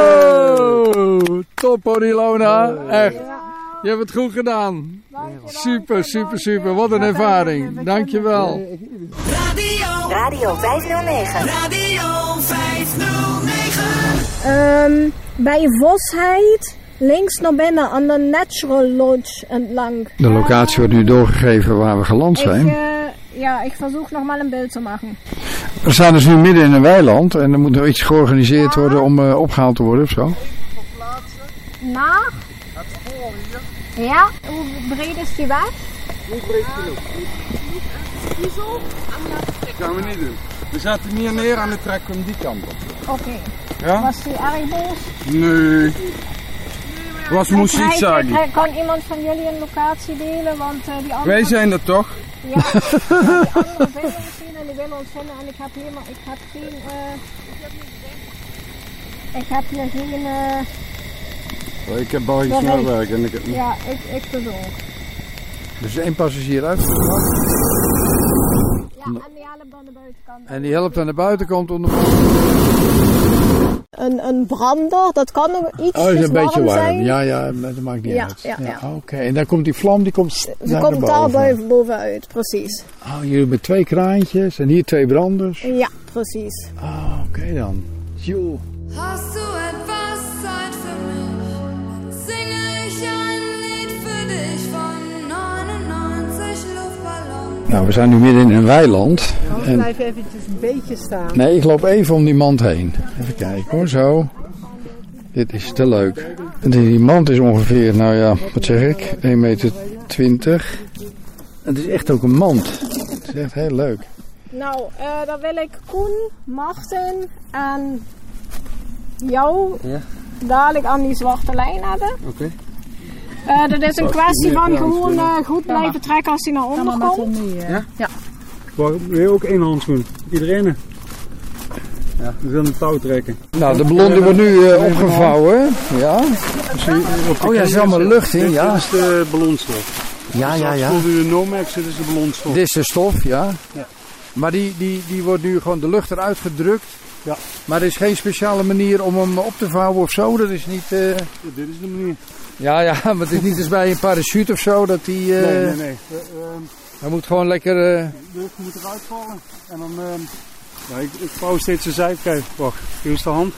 Speaker 3: Yo! Top hoor, Ilona. Echt. Je hebt het goed gedaan. Super, super, super. Wat een ervaring. Dankjewel.
Speaker 19: Radio. Radio 509. Radio 509.
Speaker 4: Ehm, bij Vosheid, links naar binnen aan de Natural Lodge entlang.
Speaker 3: De locatie wordt nu doorgegeven waar we geland
Speaker 4: Ik,
Speaker 3: zijn.
Speaker 4: eh, ja, ik verzoek nog maar een beeld te maken.
Speaker 3: We staan dus nu midden in een weiland en er moet nog iets georganiseerd worden om eh, opgehaald te worden of zo.
Speaker 4: Naar?
Speaker 20: Het spoor hier.
Speaker 4: Nou? Ja, hoe breed is die weg?
Speaker 20: Hoe breed genoeg? Dat gaan we niet doen. We zetten hier neer en dan trekken we hem die kant op.
Speaker 4: Oké.
Speaker 20: Ja?
Speaker 4: Was die erg boos?
Speaker 20: Nee. Was moest
Speaker 4: Kijk,
Speaker 20: iets
Speaker 4: ik-
Speaker 20: zeggen.
Speaker 4: eh, Kan iemand van jullie een locatie delen? Want eh, die andere...
Speaker 20: Wij zijn er toch?
Speaker 4: Ja, die anderen willen ons zien en die willen ons vinden. En ik heb helemaal... Ik heb geen... eh ik heb hier geen... eh,
Speaker 7: Ik heb Belgisch
Speaker 4: Ja, nee.
Speaker 7: snelwerk en ik heb...
Speaker 4: ja, ik, ik dus ook.
Speaker 3: Dus één passagier uit. En die helpt aan de buitenkant onder.
Speaker 4: Een, een brander, dat kan nog iets
Speaker 3: Oh, is
Speaker 4: dus
Speaker 3: een beetje warm.
Speaker 4: zijn.
Speaker 3: Ja, ja, maar dat maakt niet
Speaker 4: Ja,
Speaker 3: uit. Oh,
Speaker 4: ja, ja.
Speaker 3: Oké, en dan komt die vlam, die komt
Speaker 4: Ze
Speaker 3: naar
Speaker 4: komt daar
Speaker 3: boven.
Speaker 4: boven- bovenuit, precies.
Speaker 3: Oh, jullie hebben twee kraantjes en hier twee branders.
Speaker 4: Ja, precies.
Speaker 3: Ah, oké dan. Joh.
Speaker 17: Hast du etwas Zeit für mich? Singe ich ein Lied für dich von 99 Luftballons.
Speaker 3: Nou, we zijn nu midden in een weiland.
Speaker 18: Hans,
Speaker 3: En-
Speaker 18: blijf eventjes een beetje staan.
Speaker 3: Nee, ik loop even om die mand heen. Even kijken hoor, zo. Dit is te leuk. En Die die mand is ongeveer, nou ja, wat zeg ik, 1,20 meter. Het is echt ook een mand. Het is echt heel leuk.
Speaker 4: Nou, eh, dan wil ik Koen, Marten en jou
Speaker 3: Ja.
Speaker 4: dadelijk aan die zwarte lijn hebben.
Speaker 3: Oké.
Speaker 4: Eh, dat is een
Speaker 7: Als die
Speaker 4: kwestie
Speaker 7: meer
Speaker 4: van
Speaker 7: langs
Speaker 4: gewoon
Speaker 7: willen.
Speaker 4: eh, goed blijven trekken als hij naar onder komt.
Speaker 20: Ja? Maar wil je ook één handschoen? Iedereen? Ja. We willen een touw trekken.
Speaker 13: Oh,
Speaker 3: Nou, de ballon die wordt nu eh, opgevouwen. Ja. Oh ja, er is allemaal lucht in, ja.
Speaker 20: Dit is de ballonstof.
Speaker 3: Ja,
Speaker 13: Ah,
Speaker 3: ja, ja.
Speaker 20: Zoals de Nomex, dit is de ballonstof.
Speaker 3: Dit is de stof, ja.
Speaker 20: Ja.
Speaker 3: Maar die, die, die wordt nu gewoon de lucht eruit gedrukt.
Speaker 13: Ja.
Speaker 3: Maar er is geen speciale manier om hem op te vouwen of zo. Dat is niet. eh,
Speaker 13: dit is de manier.
Speaker 3: Ja, ja, maar het is niet eens bij een parachute of zo dat hij. eh,
Speaker 13: nee, nee, nee. Eh, ehm,
Speaker 3: Hij moet gewoon lekker. eh,
Speaker 13: Dus je moet eruit vallen. En dan... ehm, ja, ik, ik vouw steeds de zijkijf. Wacht, hier is de hand.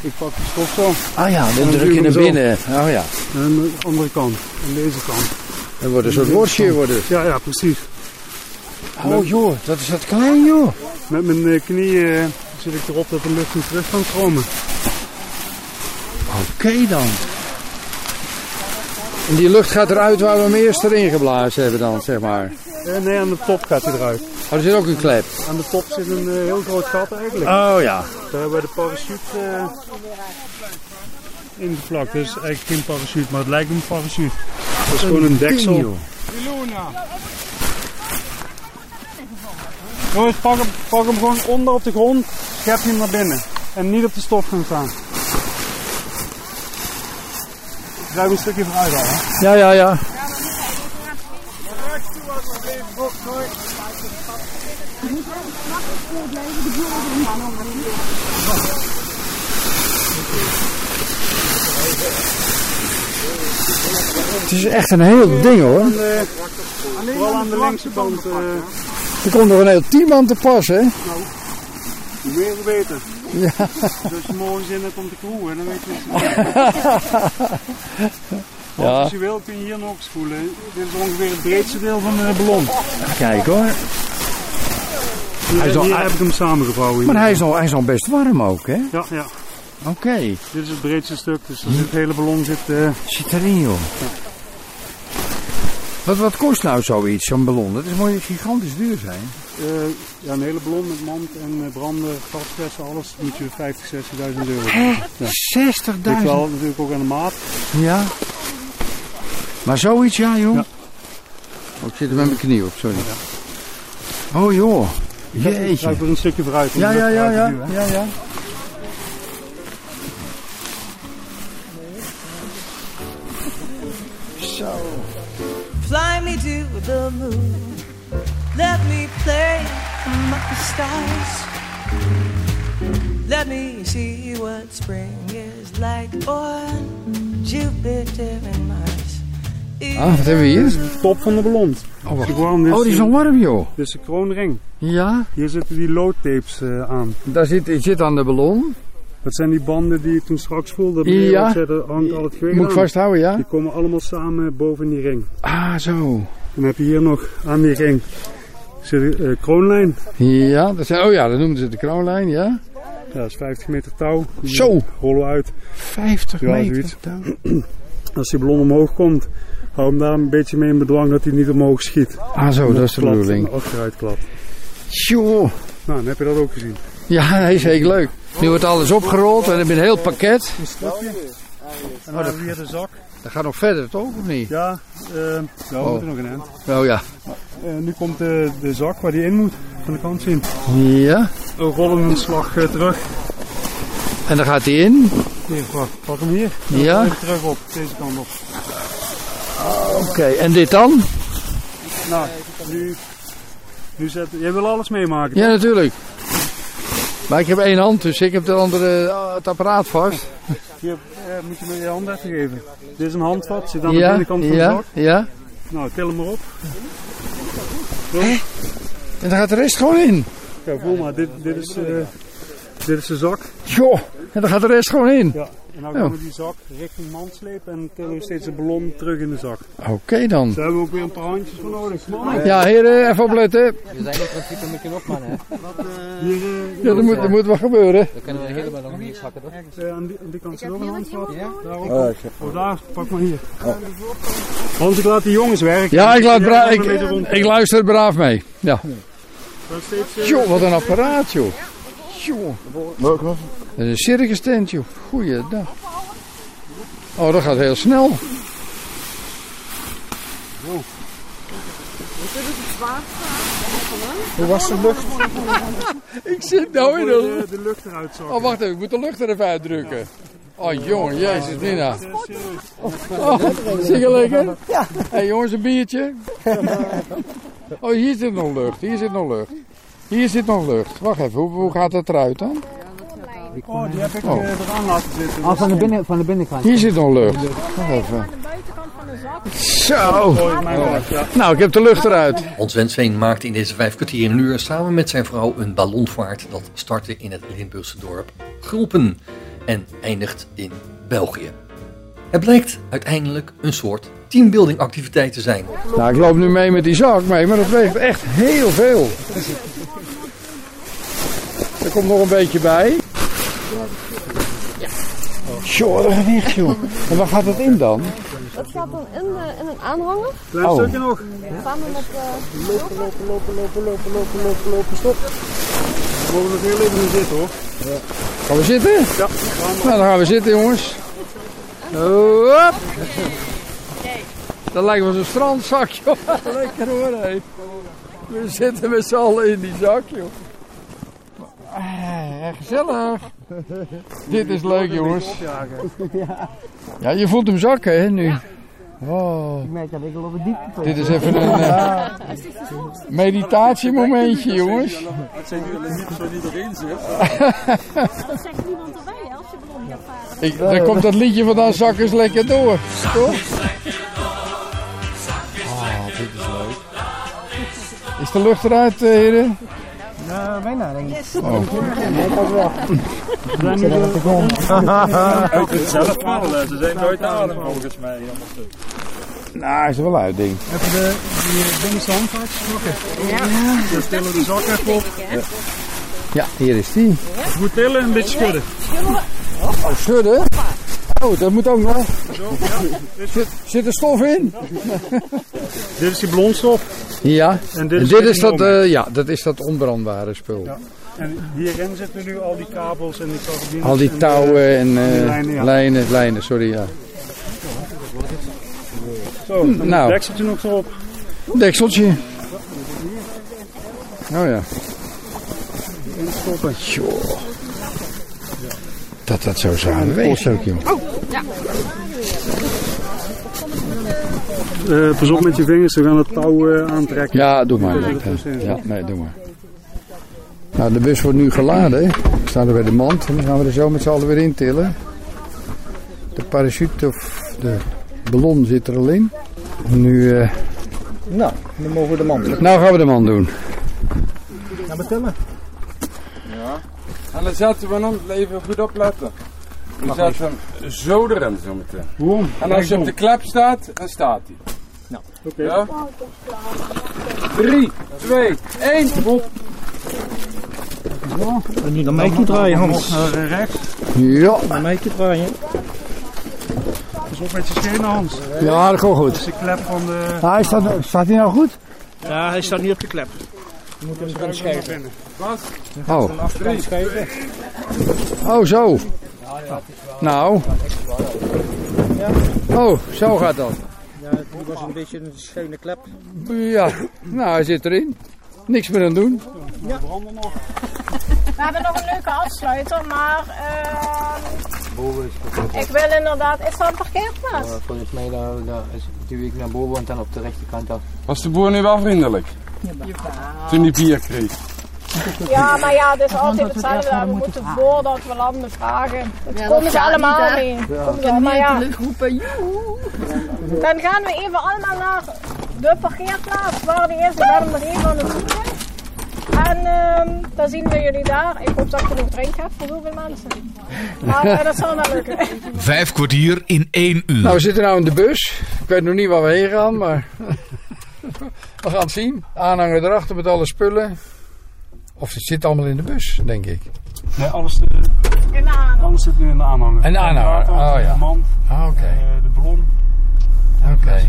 Speaker 13: Ik pak de stof zo.
Speaker 3: Ah ja, dan
Speaker 13: En
Speaker 3: druk
Speaker 13: duw
Speaker 3: je
Speaker 13: hem
Speaker 3: naar
Speaker 13: zo.
Speaker 3: binnen. Oh ja.
Speaker 13: En de andere kant. En deze kant.
Speaker 3: Het wordt Oh, een
Speaker 13: En
Speaker 3: soort
Speaker 13: deze
Speaker 3: worstje
Speaker 13: kant.
Speaker 3: worden.
Speaker 13: Ja, ja, precies.
Speaker 3: Oh joh, dat is dat klein joh.
Speaker 13: Met mijn eh, knieën eh, zit ik erop dat de lucht niet terug kan stromen.
Speaker 3: Oké dan. En die lucht gaat eruit waar we hem eerst erin geblazen hebben dan, zeg maar.
Speaker 13: Eh, nee, aan de top gaat hij eruit.
Speaker 3: Oh, er zit ook een klep.
Speaker 13: Aan de top zit een eh, heel groot gat eigenlijk.
Speaker 3: Oh, ja.
Speaker 13: Daar hebben we de parachute eh, ingeplakt. Dus eigenlijk geen parachute, maar het lijkt een parachute. Dat is gewoon een deksel. Jongens, pak hem, pak hem gewoon onder op de grond. Schep je hem naar binnen. En niet op de stof gaan staan. Ruim een stukje vooruit al, hè?
Speaker 3: Ja, ja, ja. Het is echt een heel ding hoor.
Speaker 13: Aan de- Vooral aan de linkse kant. eh,
Speaker 3: Er komt nog een heel team aan te pas, hè?
Speaker 13: nou, hoe meer hoe beter.
Speaker 3: Ja.
Speaker 13: Dus morgen zin hebt om te kroegen, en dan weet je het.
Speaker 3: Ja.
Speaker 13: Als je wil kun je hier nog spoelen. Dit is ongeveer het breedste deel van de ballon.
Speaker 3: Kijk hoor.
Speaker 13: Hier,
Speaker 3: Hij is al-
Speaker 13: hier heb ik hem samengevouwen. hier.
Speaker 3: Maar hij is, al, hij is al best warm ook, hè?
Speaker 13: Ja, ja.
Speaker 3: Oké.
Speaker 13: Dit is het breedste stuk, dus als het hele ballon zit... eh,
Speaker 3: Zit erin, joh. Wat, wat kost nou zoiets, zo'n ballon? Dat is mooi gigantisch duur zijn.
Speaker 13: eh, ja, een hele ballon met mand en eh, branden, gasflessen, alles. moet je 50, 60.000 euro.
Speaker 3: Hè?
Speaker 13: Ja.
Speaker 3: 60.000?
Speaker 13: Ligt wel natuurlijk ook aan de maat.
Speaker 3: Ja. Maar zoiets, ja, joh. Oh, ik zit er met mijn knie op, sorry. Oh, joh.
Speaker 13: Ik
Speaker 3: Jeetje.
Speaker 13: ga er een stukje vooruit. om
Speaker 3: Ja,
Speaker 13: de
Speaker 3: ja,
Speaker 13: lucht
Speaker 3: ja,
Speaker 13: eruit
Speaker 3: ja.
Speaker 13: te duwen, hè.
Speaker 3: ja, ja.
Speaker 19: So. Fly me to the moon. Let me play among the stars. Let me see what spring is like on Jupiter and Mars.
Speaker 3: Ah, wat hebben we hier?
Speaker 13: Top van de ballon.
Speaker 3: Oh, wacht.
Speaker 13: Ik wou hem dus-
Speaker 3: Oh, die is al warm, joh.
Speaker 13: Dit is de kroonring.
Speaker 3: Ja?
Speaker 13: Hier zitten die loodtapes eh, aan.
Speaker 3: Daar zit, zit aan de ballon.
Speaker 13: Dat zijn die banden die je toen straks voelde. Dat
Speaker 3: Ja.
Speaker 13: ja. Daar hangt al het gewicht
Speaker 3: Moet ik
Speaker 13: aan.
Speaker 3: vasthouden, ja?
Speaker 13: Die komen allemaal samen boven in die ring.
Speaker 3: Ah, zo.
Speaker 13: Dan heb je hier nog aan die ring zit een eh, kroonlijn.
Speaker 3: Ja, dat zijn, oh ja, dat noemen ze de kroonlijn, ja.
Speaker 13: Ja, dat is 50 meter touw. Die
Speaker 3: Zo.
Speaker 13: Rollen we uit.
Speaker 3: 50 meter touw.
Speaker 13: Als die ballon omhoog komt, hou hem daar een beetje mee in bedwang dat hij niet omhoog schiet.
Speaker 3: Ah, zo,
Speaker 13: En
Speaker 3: dat is de
Speaker 13: klapt
Speaker 3: bedoeling.
Speaker 13: en Achteruit klapt.
Speaker 3: Tjoh.
Speaker 13: Nou, dan heb je dat ook gezien.
Speaker 3: Ja, nee, zeker leuk. Nu wordt alles opgerold en heb je een heel pakket.
Speaker 13: Een stapje. En dan hebben we hier de zak.
Speaker 3: Dat gaat nog verder, toch? Of niet?
Speaker 13: Ja, eh ja, we
Speaker 3: Oh.
Speaker 13: moeten nog een eind.
Speaker 3: Oh ja.
Speaker 13: Eh, nu komt de, de zak waar die in moet, van de kant zien.
Speaker 3: Ja.
Speaker 13: We rollen een slag eh, terug.
Speaker 3: En dan gaat hij in.
Speaker 13: Hier, wacht, pak hem hier.
Speaker 3: Ja.
Speaker 13: Even terug op, deze kant op.
Speaker 3: Oké, en dit dan?
Speaker 13: Nou, nu, nu zet, jij wil alles meemaken.
Speaker 3: Ja,
Speaker 13: toch?
Speaker 3: natuurlijk. Maar ik heb één hand, dus ik heb de andere, eh, het apparaat vast.
Speaker 13: Hier, eh, moet je me je hand even geven. Dit is een handvat, zit aan de
Speaker 3: Ja,
Speaker 13: binnenkant van
Speaker 3: ja,
Speaker 13: de zak.
Speaker 3: ja.
Speaker 13: Nou, til hem maar op.
Speaker 3: En dan gaat de rest gewoon in.
Speaker 13: Ja, voel maar, dit, dit, is, eh, dit is de zak.
Speaker 3: Joh, en dan gaat de rest gewoon in.
Speaker 13: Ja, en nou
Speaker 3: Ja.
Speaker 13: gaan we die zak richting mand slepen en tillen we steeds de ballon terug in de zak.
Speaker 3: Oké dan.
Speaker 13: Daar hebben we ook weer een paar handjes voor nodig. Mannen.
Speaker 3: Ja, heren, even opletten.
Speaker 21: We zijn in principe een beetje op, man. Hè?
Speaker 13: Hier, eh,
Speaker 3: Ja, dat moet, dat moet wat gebeuren.
Speaker 21: Dan kunnen we helemaal nog niks hakken, toch?
Speaker 13: Eh, aan, die, aan die kant zit ook een handvat. Daar ook.
Speaker 21: Oh, ik heb-
Speaker 13: Oh, daar, pak maar hier. Hans, ik laat die jongens werken.
Speaker 3: Ja, ik, laat
Speaker 13: Jij
Speaker 3: bra-
Speaker 13: gaat
Speaker 3: ik,
Speaker 13: een beetje rond.
Speaker 3: ik luister braaf mee. Ja.
Speaker 13: Dat is steeds, eh,
Speaker 3: Joh, wat een apparaat, joh. Joh.
Speaker 13: Welke was
Speaker 3: Dat is een circus tent, joh. Goeiedag. Oh, dat gaat heel snel. Hoe was de lucht? ik zit nou in
Speaker 13: de,
Speaker 3: de...
Speaker 13: Eh, de lucht eruit zakken.
Speaker 3: Oh, wacht even. Ik moet de lucht er even uitdrukken. Oh, jongen. Jezus, Mina. Oh, zingen lekker. Ja. hey, jongens, een biertje. Oh, hier zit nog lucht. Hier zit nog lucht. Hier zit nog lucht. Wacht even. Hoe, hoe gaat het eruit dan?
Speaker 13: Oh, die heb ik
Speaker 3: Oh.
Speaker 13: eh, eraan laten zitten.
Speaker 7: Ah, van de, binnen, van de binnenkant.
Speaker 3: Hier zit nog lucht. Wacht even. Zo. Nou, ik heb de lucht eruit.
Speaker 2: Hans Wensveen maakte in deze vijf kwartier in een uur samen met zijn vrouw een ballonvaart dat startte in het Limburgse dorp Gulpen en eindigt in België. Het blijkt uiteindelijk een soort teambuilding activiteit te zijn.
Speaker 3: Nou, ik loop nu mee met die zak mee, maar dat weegt echt heel veel. Er komt nog een beetje bij. Tjoh, dat gewicht, joh. En waar gaat dat in dan?
Speaker 10: Dat gaat dan in, eh, in een aanhanger.
Speaker 3: Klein Oh. stukje nog.
Speaker 10: Samen met... eh,
Speaker 13: Lopen, lopen, lopen, lopen, lopen, lopen, lopen, lopen, stop. We mogen nog heel even hier zitten hoor.
Speaker 3: Gaan we zitten? Ja. Nou, dan gaan we zitten, jongens. Hop. Dat lijkt wel zo'n strandzak, joh. Lekker hoor, hé. We zitten met z'n allen in die zak, joh. Ah, gezellig. Dit is leuk, jongens.
Speaker 7: ja.
Speaker 3: Ja, je voelt hem zakken, hè, nu. Oh.
Speaker 7: Ik merk dat ik al op de diepte kom.
Speaker 3: Dit is even een, eh, Meditatiemomentje, jongens.
Speaker 13: Het zijn nu alleen niet zo die erin zit.
Speaker 22: Dat zegt niemand erbij hè, als je ballon gaat varen.
Speaker 3: Ik, daar komt dat liedje vandaan, zak eens lekker door. Toch? Ah, dit is leuk. Is de lucht eruit, eh, heren?
Speaker 7: Nou, bijna denk ik.
Speaker 3: Oh.
Speaker 7: Ik ook wel. Ik zit aan de
Speaker 13: Uit
Speaker 7: grond.
Speaker 13: het zelf wel, eh, ze zijn nooit adem volgens mij.
Speaker 3: Nou, is er wel uit, denk ik.
Speaker 13: Heb je de, die eh, binnenste handvaart gesproken? Ja. Dus tillen de zak even op.
Speaker 3: Ja, hier is die.
Speaker 13: Goed tillen en een beetje schudden.
Speaker 3: Oh, schudden. Oh, dat moet ook nog. Zit, zit er stof in?
Speaker 13: Dit is die ballonstof.
Speaker 3: Ja.
Speaker 13: En
Speaker 3: En
Speaker 13: dit
Speaker 3: dit
Speaker 13: is
Speaker 3: is,
Speaker 13: het
Speaker 3: dat,
Speaker 13: enorme.
Speaker 3: eh, ja, dat is dat onbrandbare spul.
Speaker 13: Ja. En hierin zitten nu al die kabels en die carabines.
Speaker 3: Al die
Speaker 13: en de-
Speaker 3: touwen en
Speaker 13: die
Speaker 3: eh,
Speaker 13: lijnen, ja.
Speaker 3: lijnen, lijnen, sorry ja.
Speaker 13: Zo, dan moet
Speaker 3: nou.
Speaker 13: het dekseltje nog erop.
Speaker 3: Dekseltje. Oh ja.
Speaker 13: En stoppen.
Speaker 3: Joh. Dat dat zo zwaar weegt ook, joh.
Speaker 7: Ja.
Speaker 13: Eh, pas op met je vingers, we gaan het touw eh, aantrekken.
Speaker 3: Ja, doe maar. Ja, nee, doe maar. Nou, de bus wordt nu geladen. We staan er bij de mand en dan gaan we er zo met z'n allen weer in tillen. De parachute of de ballon zit er al in. Nu, eh,
Speaker 7: Nou, dan mogen we de man.
Speaker 3: nou gaan we de man doen.
Speaker 7: Gaan we tillen?
Speaker 9: Ja. En dan zetten we hem even goed opletten. We
Speaker 7: Mag
Speaker 9: zetten hem zo erin zo meteen.
Speaker 13: Waarom?
Speaker 9: En als je op de klep staat, dan staat hij. Nou,
Speaker 13: oké.
Speaker 9: Ja? 3, 2, 1, hop.
Speaker 7: En nu naar mij toe draaien, Hans. Naar rechts.
Speaker 3: Ja.
Speaker 7: Naar mij toe draaien.
Speaker 13: Pas op met je schenen, Hans.
Speaker 7: Ja, dat komt goed.
Speaker 13: Dat is de klep van de...
Speaker 3: Ah,
Speaker 7: hij staat, staat hij nou goed?
Speaker 13: Ja, hij staat nu op de klep. Je moet hem gaan schrijven. Bas?
Speaker 3: Oh. Oh, zo. Nou. Oh, zo gaat dat.
Speaker 7: Ja, het was een beetje een schöne klep.
Speaker 3: Ja, nou hij zit erin. Niks meer aan doen.
Speaker 13: Ja.
Speaker 4: We hebben nog een leuke afsluiter, maar ehm, ik wil inderdaad. Is dat een parkeerplaats?
Speaker 7: volgens mij daar, daar is, duw ik naar boven en dan op de rechterkant af.
Speaker 9: Was de boer nu wel vriendelijk? Toen hij bier kreeg.
Speaker 4: Ja, maar ja, het is altijd hetzelfde. We moeten voordat we landen vragen. Het
Speaker 23: dat
Speaker 4: komen ze
Speaker 23: gaat niet,
Speaker 4: allemaal
Speaker 23: hè?
Speaker 4: mee.
Speaker 23: Ja.
Speaker 4: Komen ze
Speaker 23: En
Speaker 4: allemaal, ja.
Speaker 23: natuurlijk
Speaker 4: Dan gaan we even allemaal naar de parkeerplaats waar die is. We hebben nog even aan de voeten. En ehm, dan zien we jullie daar. Ik hoop dat ik genoeg drink heb voor hoeveel mensen. Maar eh, dat zal wel lukken.
Speaker 1: Vijf kwartier in één uur.
Speaker 3: Nou, we zitten nou in de bus. Ik weet nog niet waar we heen gaan, maar we gaan het zien. Aanhanger erachter met alle spullen. Of het zit allemaal in de bus, denk ik.
Speaker 13: Nee, alles, eh, alles zit nu in de aanhanger.
Speaker 3: Een aanhanger,
Speaker 13: De water,
Speaker 3: oh ja.
Speaker 13: De mand, eh, de ballon.
Speaker 3: Oké.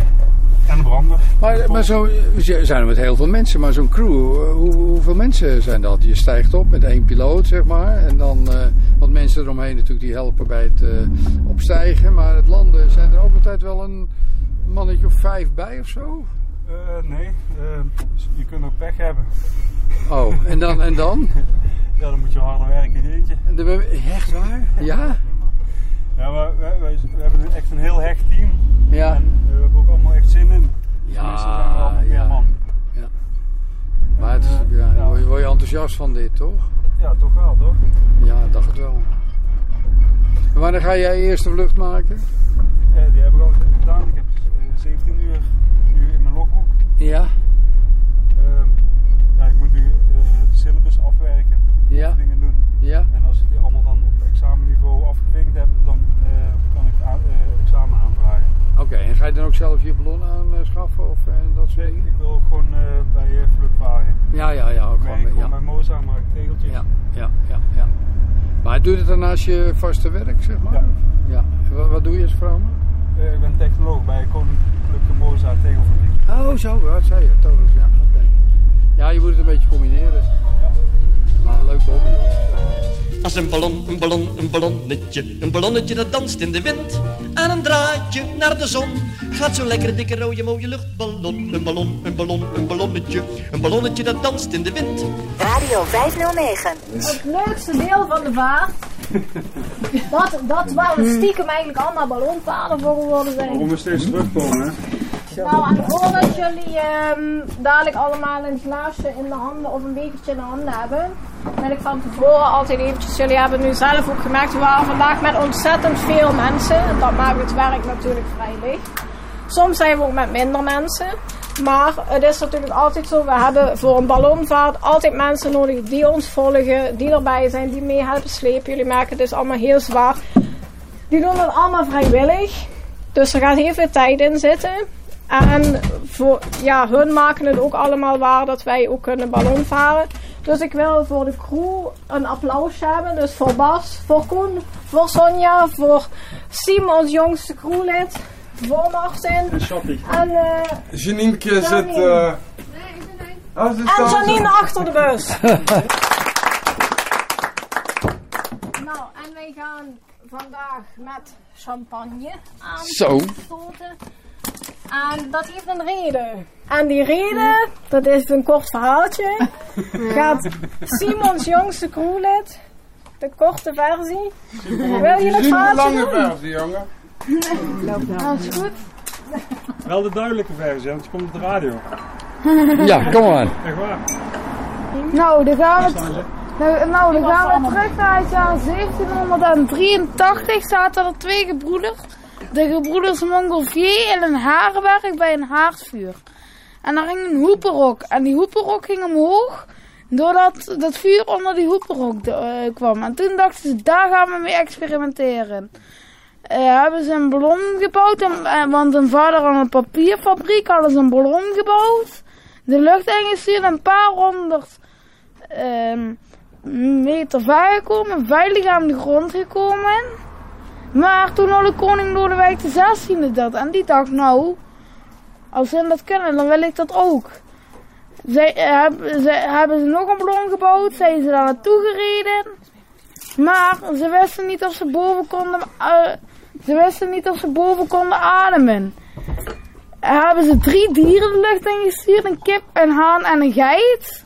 Speaker 13: En de brander.
Speaker 3: Maar, maar zo zijn er met heel veel mensen, maar zo'n crew, eh, hoe, hoeveel mensen zijn dat? Je stijgt op met één piloot, zeg maar. En dan eh, wat mensen eromheen natuurlijk die helpen bij het eh, opstijgen. Maar het landen zijn er ook altijd wel een mannetje of vijf bij of zo.
Speaker 13: Eh, nee, eh, je kunt ook pech hebben.
Speaker 3: Oh, en dan? En dan?
Speaker 13: Ja, dan moet je harder werken in je eentje.
Speaker 3: Echt waar? Ja?
Speaker 13: Ja, maar wij, wij- we hebben echt een heel hecht team.
Speaker 3: Ja.
Speaker 13: En eh, we hebben ook allemaal echt zin in. Tenminste, we zijn er allemaal
Speaker 3: ja.
Speaker 13: meer man.
Speaker 3: Maar het is, ja, daar word je- word je enthousiast van dit, toch?
Speaker 13: Ja, toch wel, toch?
Speaker 3: Ja, dacht het wel. En Wanneer ga jij eerst de vlucht maken?
Speaker 13: Eh, die heb ik al gedaan. Ik heb eh, 17 uur nu in mijn logboek.
Speaker 3: Ja.
Speaker 13: Ehm, ja, ik moet nu eh, de syllabus afwerken.
Speaker 3: Ja.
Speaker 13: Dingen doen.
Speaker 3: Ja.
Speaker 13: En als ik die allemaal dan op examenniveau afgevinkt heb, dan eh, kan ik a- eh, examen aanvragen.
Speaker 3: Oké, en ga je dan ook zelf je ballon aanschaffen of eh, dat soort dingen?
Speaker 13: Ik wil ook gewoon eh, bij eh, Vluchtwagen.
Speaker 3: Ja, ja, ja, ook
Speaker 13: Ik
Speaker 3: gewoon,
Speaker 13: werk
Speaker 3: ja.
Speaker 13: gewoon bij Moza, maar ik regeltje.
Speaker 3: Ja, ja, ja, ja. Maar doe je het dan naast je vaste werk, zeg maar?
Speaker 13: Ja.
Speaker 3: ja. En Wat, wat doe je als vrouw?
Speaker 13: Eh, ik ben technoloog bij Koninklijke Moza Tegelfabriek.
Speaker 3: Oh, zo, dat zei je. Torus, ja, oké. Ja, je moet het een beetje combineren. Maar een leuke hobby hoor.
Speaker 6: Als een ballon, een ballon, een ballonnetje. Een ballonnetje dat danst in de wind. Aan een draadje naar de zon. Gaat zo'n lekkere dikke rode mooie luchtballon. Een ballon, een ballon, een ballonnetje. Een ballonnetje dat danst in de wind.
Speaker 14: Radio 509.
Speaker 4: Het leukste deel van de vaart, dat, dat waar we stiekem eigenlijk allemaal ballonpaden voor geworden zijn.
Speaker 13: Waarom we steeds terugkomen, hè?
Speaker 4: Nou, en voordat jullie ehm, dadelijk allemaal een glaasje in de handen of een bekertje in de handen hebben, wil ik van tevoren altijd eventjes, jullie hebben het nu zelf ook gemerkt, we waren vandaag met ontzettend veel mensen. En dat maakt het werk natuurlijk vrij licht. Soms zijn we ook met minder mensen. Maar het is natuurlijk altijd zo, we hebben voor een ballonvaart altijd mensen nodig die ons volgen, die erbij zijn, die mee helpen slepen. Jullie maken het dus allemaal heel zwaar. Die doen het allemaal vrijwillig. Dus er gaat heel veel tijd in zitten. En voor, ja, hun maken het ook allemaal waar dat wij ook kunnen ballon varen. Dus ik wil voor de crew een applaus hebben. Dus voor Bas, voor Koen, voor Sonja, voor Sim, ons jongste crewlid. Voor Martin. En eh,
Speaker 9: Janienke zit...
Speaker 4: Janine.
Speaker 9: eh Ah, ze
Speaker 4: en
Speaker 9: staat-
Speaker 4: Janine achter de bus. nou, en wij gaan vandaag met champagne aan
Speaker 3: Zo.
Speaker 4: stoten. En dat heeft een reden. En die reden, dat is een kort verhaaltje, gaat Simons jongste crewlid, de korte versie. Wil je het
Speaker 9: Zien hoe
Speaker 4: verhaaltje
Speaker 9: lange
Speaker 4: doen?
Speaker 9: versie, jongen.
Speaker 4: Dat is goed.
Speaker 13: Wel de duidelijke versie, anders komt op de radio.
Speaker 3: Ja, kom maar.
Speaker 13: Echt waar.
Speaker 14: Nou, dan gaan we, t- nou, nou, dan gaan we terug naar het jaar 1783. Zaten er twee gebroeders. De gebroeders Montgolfier in een harenberg bij een haardvuur. En daar hing een hoeperok. En die hoeperok ging omhoog. Doordat dat vuur onder die hoeperok eh, kwam. En toen dachten ze, daar gaan we mee experimenteren. Eh, hebben ze een ballon gebouwd. En, en- want een vader aan een papierfabriek hadden ze een ballon gebouwd. De lucht ingestuurd en een paar honderd ehm, meter ver gekomen. Veilig aan de grond gekomen. Maar toen had de koning Lodewijk de 16e dat. En die dacht nou, als ze dat kunnen, dan wil ik dat ook. Zij, eh, heb- ze, hebben ze nog een ballon gebouwd, zijn ze daar naartoe gereden. Maar ze wisten niet of ze boven konden, eh, ze wisten niet of ze boven konden ademen. Er hebben ze drie dieren de lucht ingestuurd, een kip, een haan en een geit.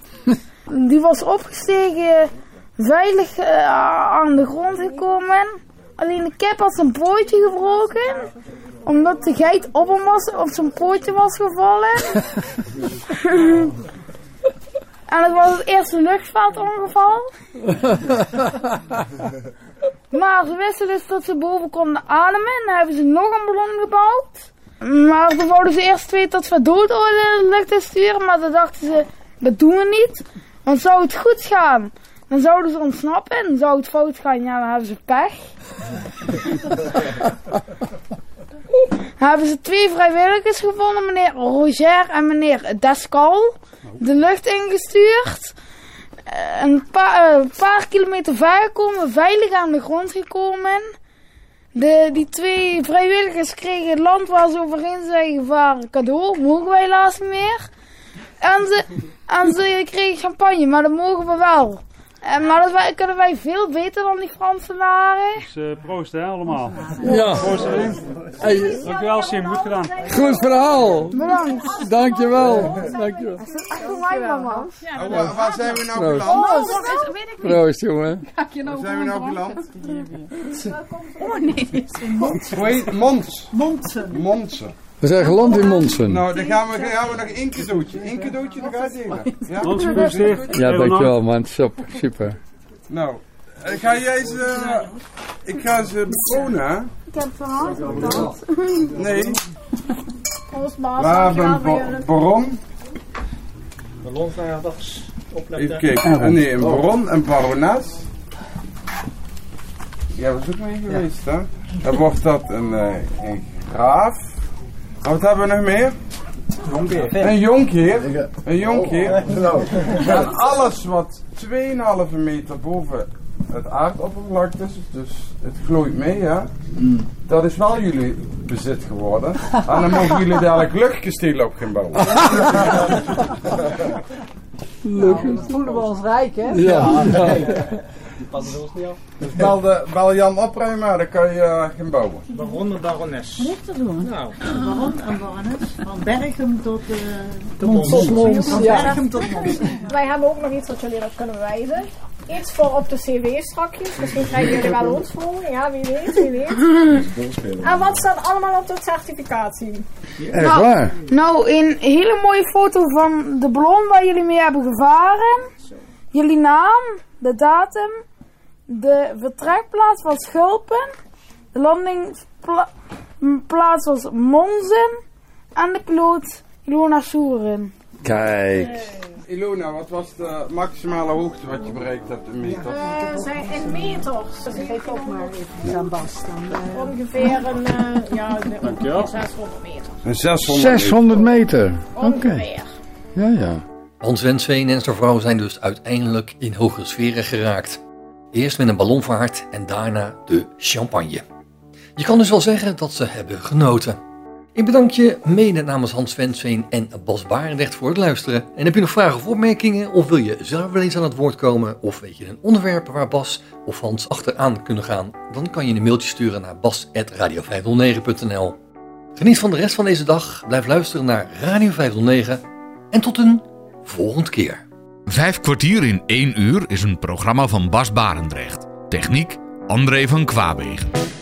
Speaker 14: Die was opgestegen, veilig eh, aan de grond gekomen. Alleen de kip had zijn pootje gebroken, omdat de geit op hem was, op zijn pootje was gevallen. en het was het eerste luchtvaartongeval. Maar ze wisten dus dat ze boven konden ademen. En dan hebben ze nog een ballon gebouwd. Maar ze wouden ze eerst weten dat we dood de lucht in sturen. Maar dan dachten ze, dat doen we niet. Want zou het goed gaan, dan zouden ze ontsnappen. En zou het fout gaan, ja, dan hebben ze pech. Dan hebben ze twee vrijwilligers gevonden, meneer Roger en meneer Descal. De lucht ingestuurd. Eh, Een paar, eh, een paar kilometer ver gekomen, veilig aan de grond gekomen. De, die twee vrijwilligers kregen het land waar ze overheen zijn gevaren cadeau. Mogen wij helaas niet meer. En ze, en ze kregen champagne, maar dat mogen we wel. En, maar dat wij- kunnen wij veel beter dan die Fransenaren.
Speaker 13: Dus eh, proost hè, allemaal.
Speaker 3: Ja.
Speaker 13: Proost erin.
Speaker 3: Hey.
Speaker 13: Dankjewel Sim, goed gedaan.
Speaker 3: Goed verhaal.
Speaker 14: Bedankt.
Speaker 3: Dankjewel. Dankjewel.
Speaker 14: Echt voor mij, mama.
Speaker 9: Oh, waar, waar zijn we nou
Speaker 3: Proost.
Speaker 9: beland?
Speaker 14: Oh, dat is- weet ik
Speaker 3: Proost, jongen.
Speaker 9: Waar zijn we nou beland?
Speaker 24: Oh nee,
Speaker 9: Hoe heet het? Mons. Monsen. Monsen.
Speaker 3: We zijn geland in Monsen.
Speaker 9: Nou, dan gaan we, gaan we nog één cadeautje. Eén cadeautje, dan gaat het delen. Ja?
Speaker 3: Ja, dankjewel man. Sop, Super.
Speaker 9: Nou, eh, ga eh, jij ze... ik ga ze bekonen, hè?
Speaker 24: Ik heb van harte
Speaker 9: betaald. Nee.
Speaker 24: Proost,
Speaker 9: We
Speaker 24: Bas.
Speaker 9: hebben
Speaker 24: Dankjewel voor
Speaker 9: bo-
Speaker 24: jullie.
Speaker 9: baron.
Speaker 21: Ballon van ja, dat is opletten.
Speaker 9: Even kijken. Eh, Nee, een baron, een baronas. Ja, was ook mee geweest, hè? Dan wordt dat een, eh, een graaf. En Wat hebben we nog meer?
Speaker 21: Jonkheer.
Speaker 9: Een jonkheer. Een jonkheer.
Speaker 21: Oh, nou.
Speaker 9: En alles wat 2,5 meter boven het aardoppervlak is, dus het glooit mee, hè? Dat is wel jullie bezit geworden. En dan mogen jullie dadelijk luchtkastelen op gaan bouwen.
Speaker 25: Gelukkig. voelen we ons rijk, hè?
Speaker 9: Ja.
Speaker 25: nee.
Speaker 21: Die passen ze ons niet af.
Speaker 9: Dus bel, de, bel Jan opruimen, dan kan je eh, gaan bouwen.
Speaker 21: Baron en barones.
Speaker 11: Ligt te doen.
Speaker 21: Nou.
Speaker 11: Baron en barones. Van Bergen tot... eh
Speaker 21: Mons.
Speaker 11: Tot Mons. Van
Speaker 21: Ja.
Speaker 11: Bergen tot Mons.
Speaker 4: Wij hebben ook nog iets wat jullie dat kunnen wijzen. Iets voor op de CW strakjes. Misschien krijgen jullie wel ons voor. Ja, wie weet, wie weet. En wat staat allemaal op dat certificatie?
Speaker 3: Echt waar?
Speaker 14: Nou, een hele mooie foto van de ballon waar jullie mee hebben gevaren. Jullie naam, de datum, de vertrekplaats was Schulpen, de landingsplaats was Monzen en de piloot Ilona Soeren.
Speaker 3: Kijk.
Speaker 9: Ilona, wat was de maximale hoogte wat je bereikt hebt in meter?
Speaker 4: Eh, zijn in meters. Dus ik weet ook maar
Speaker 11: Dan Bas. Dan, eh,
Speaker 4: Ongeveer een eh, ja, de-
Speaker 9: Dankjewel.
Speaker 4: 600 meter.
Speaker 9: Een
Speaker 3: 600 600 meter. Oké.
Speaker 4: Ongeveer.
Speaker 3: Ja, ja.
Speaker 2: Hans Wensveen en zijn vrouw zijn dus uiteindelijk in hogere sferen geraakt. Eerst met een ballonvaart en daarna de champagne. Je kan dus wel zeggen dat ze hebben genoten. Ik bedank je mede namens Hans Wensveen en Bas Barendrecht voor het luisteren. En heb je nog vragen of opmerkingen of wil je zelf wel eens aan het woord komen of weet je een onderwerp waar Bas of Hans achteraan kunnen gaan, dan kan je een mailtje sturen naar bas.radio509.nl. Geniet van de rest van deze dag, blijf luisteren naar Radio 509 en tot een volgende keer.
Speaker 1: Vijf kwartier in één uur is een programma van Bas Barendrecht. Techniek André van Kwaabegen.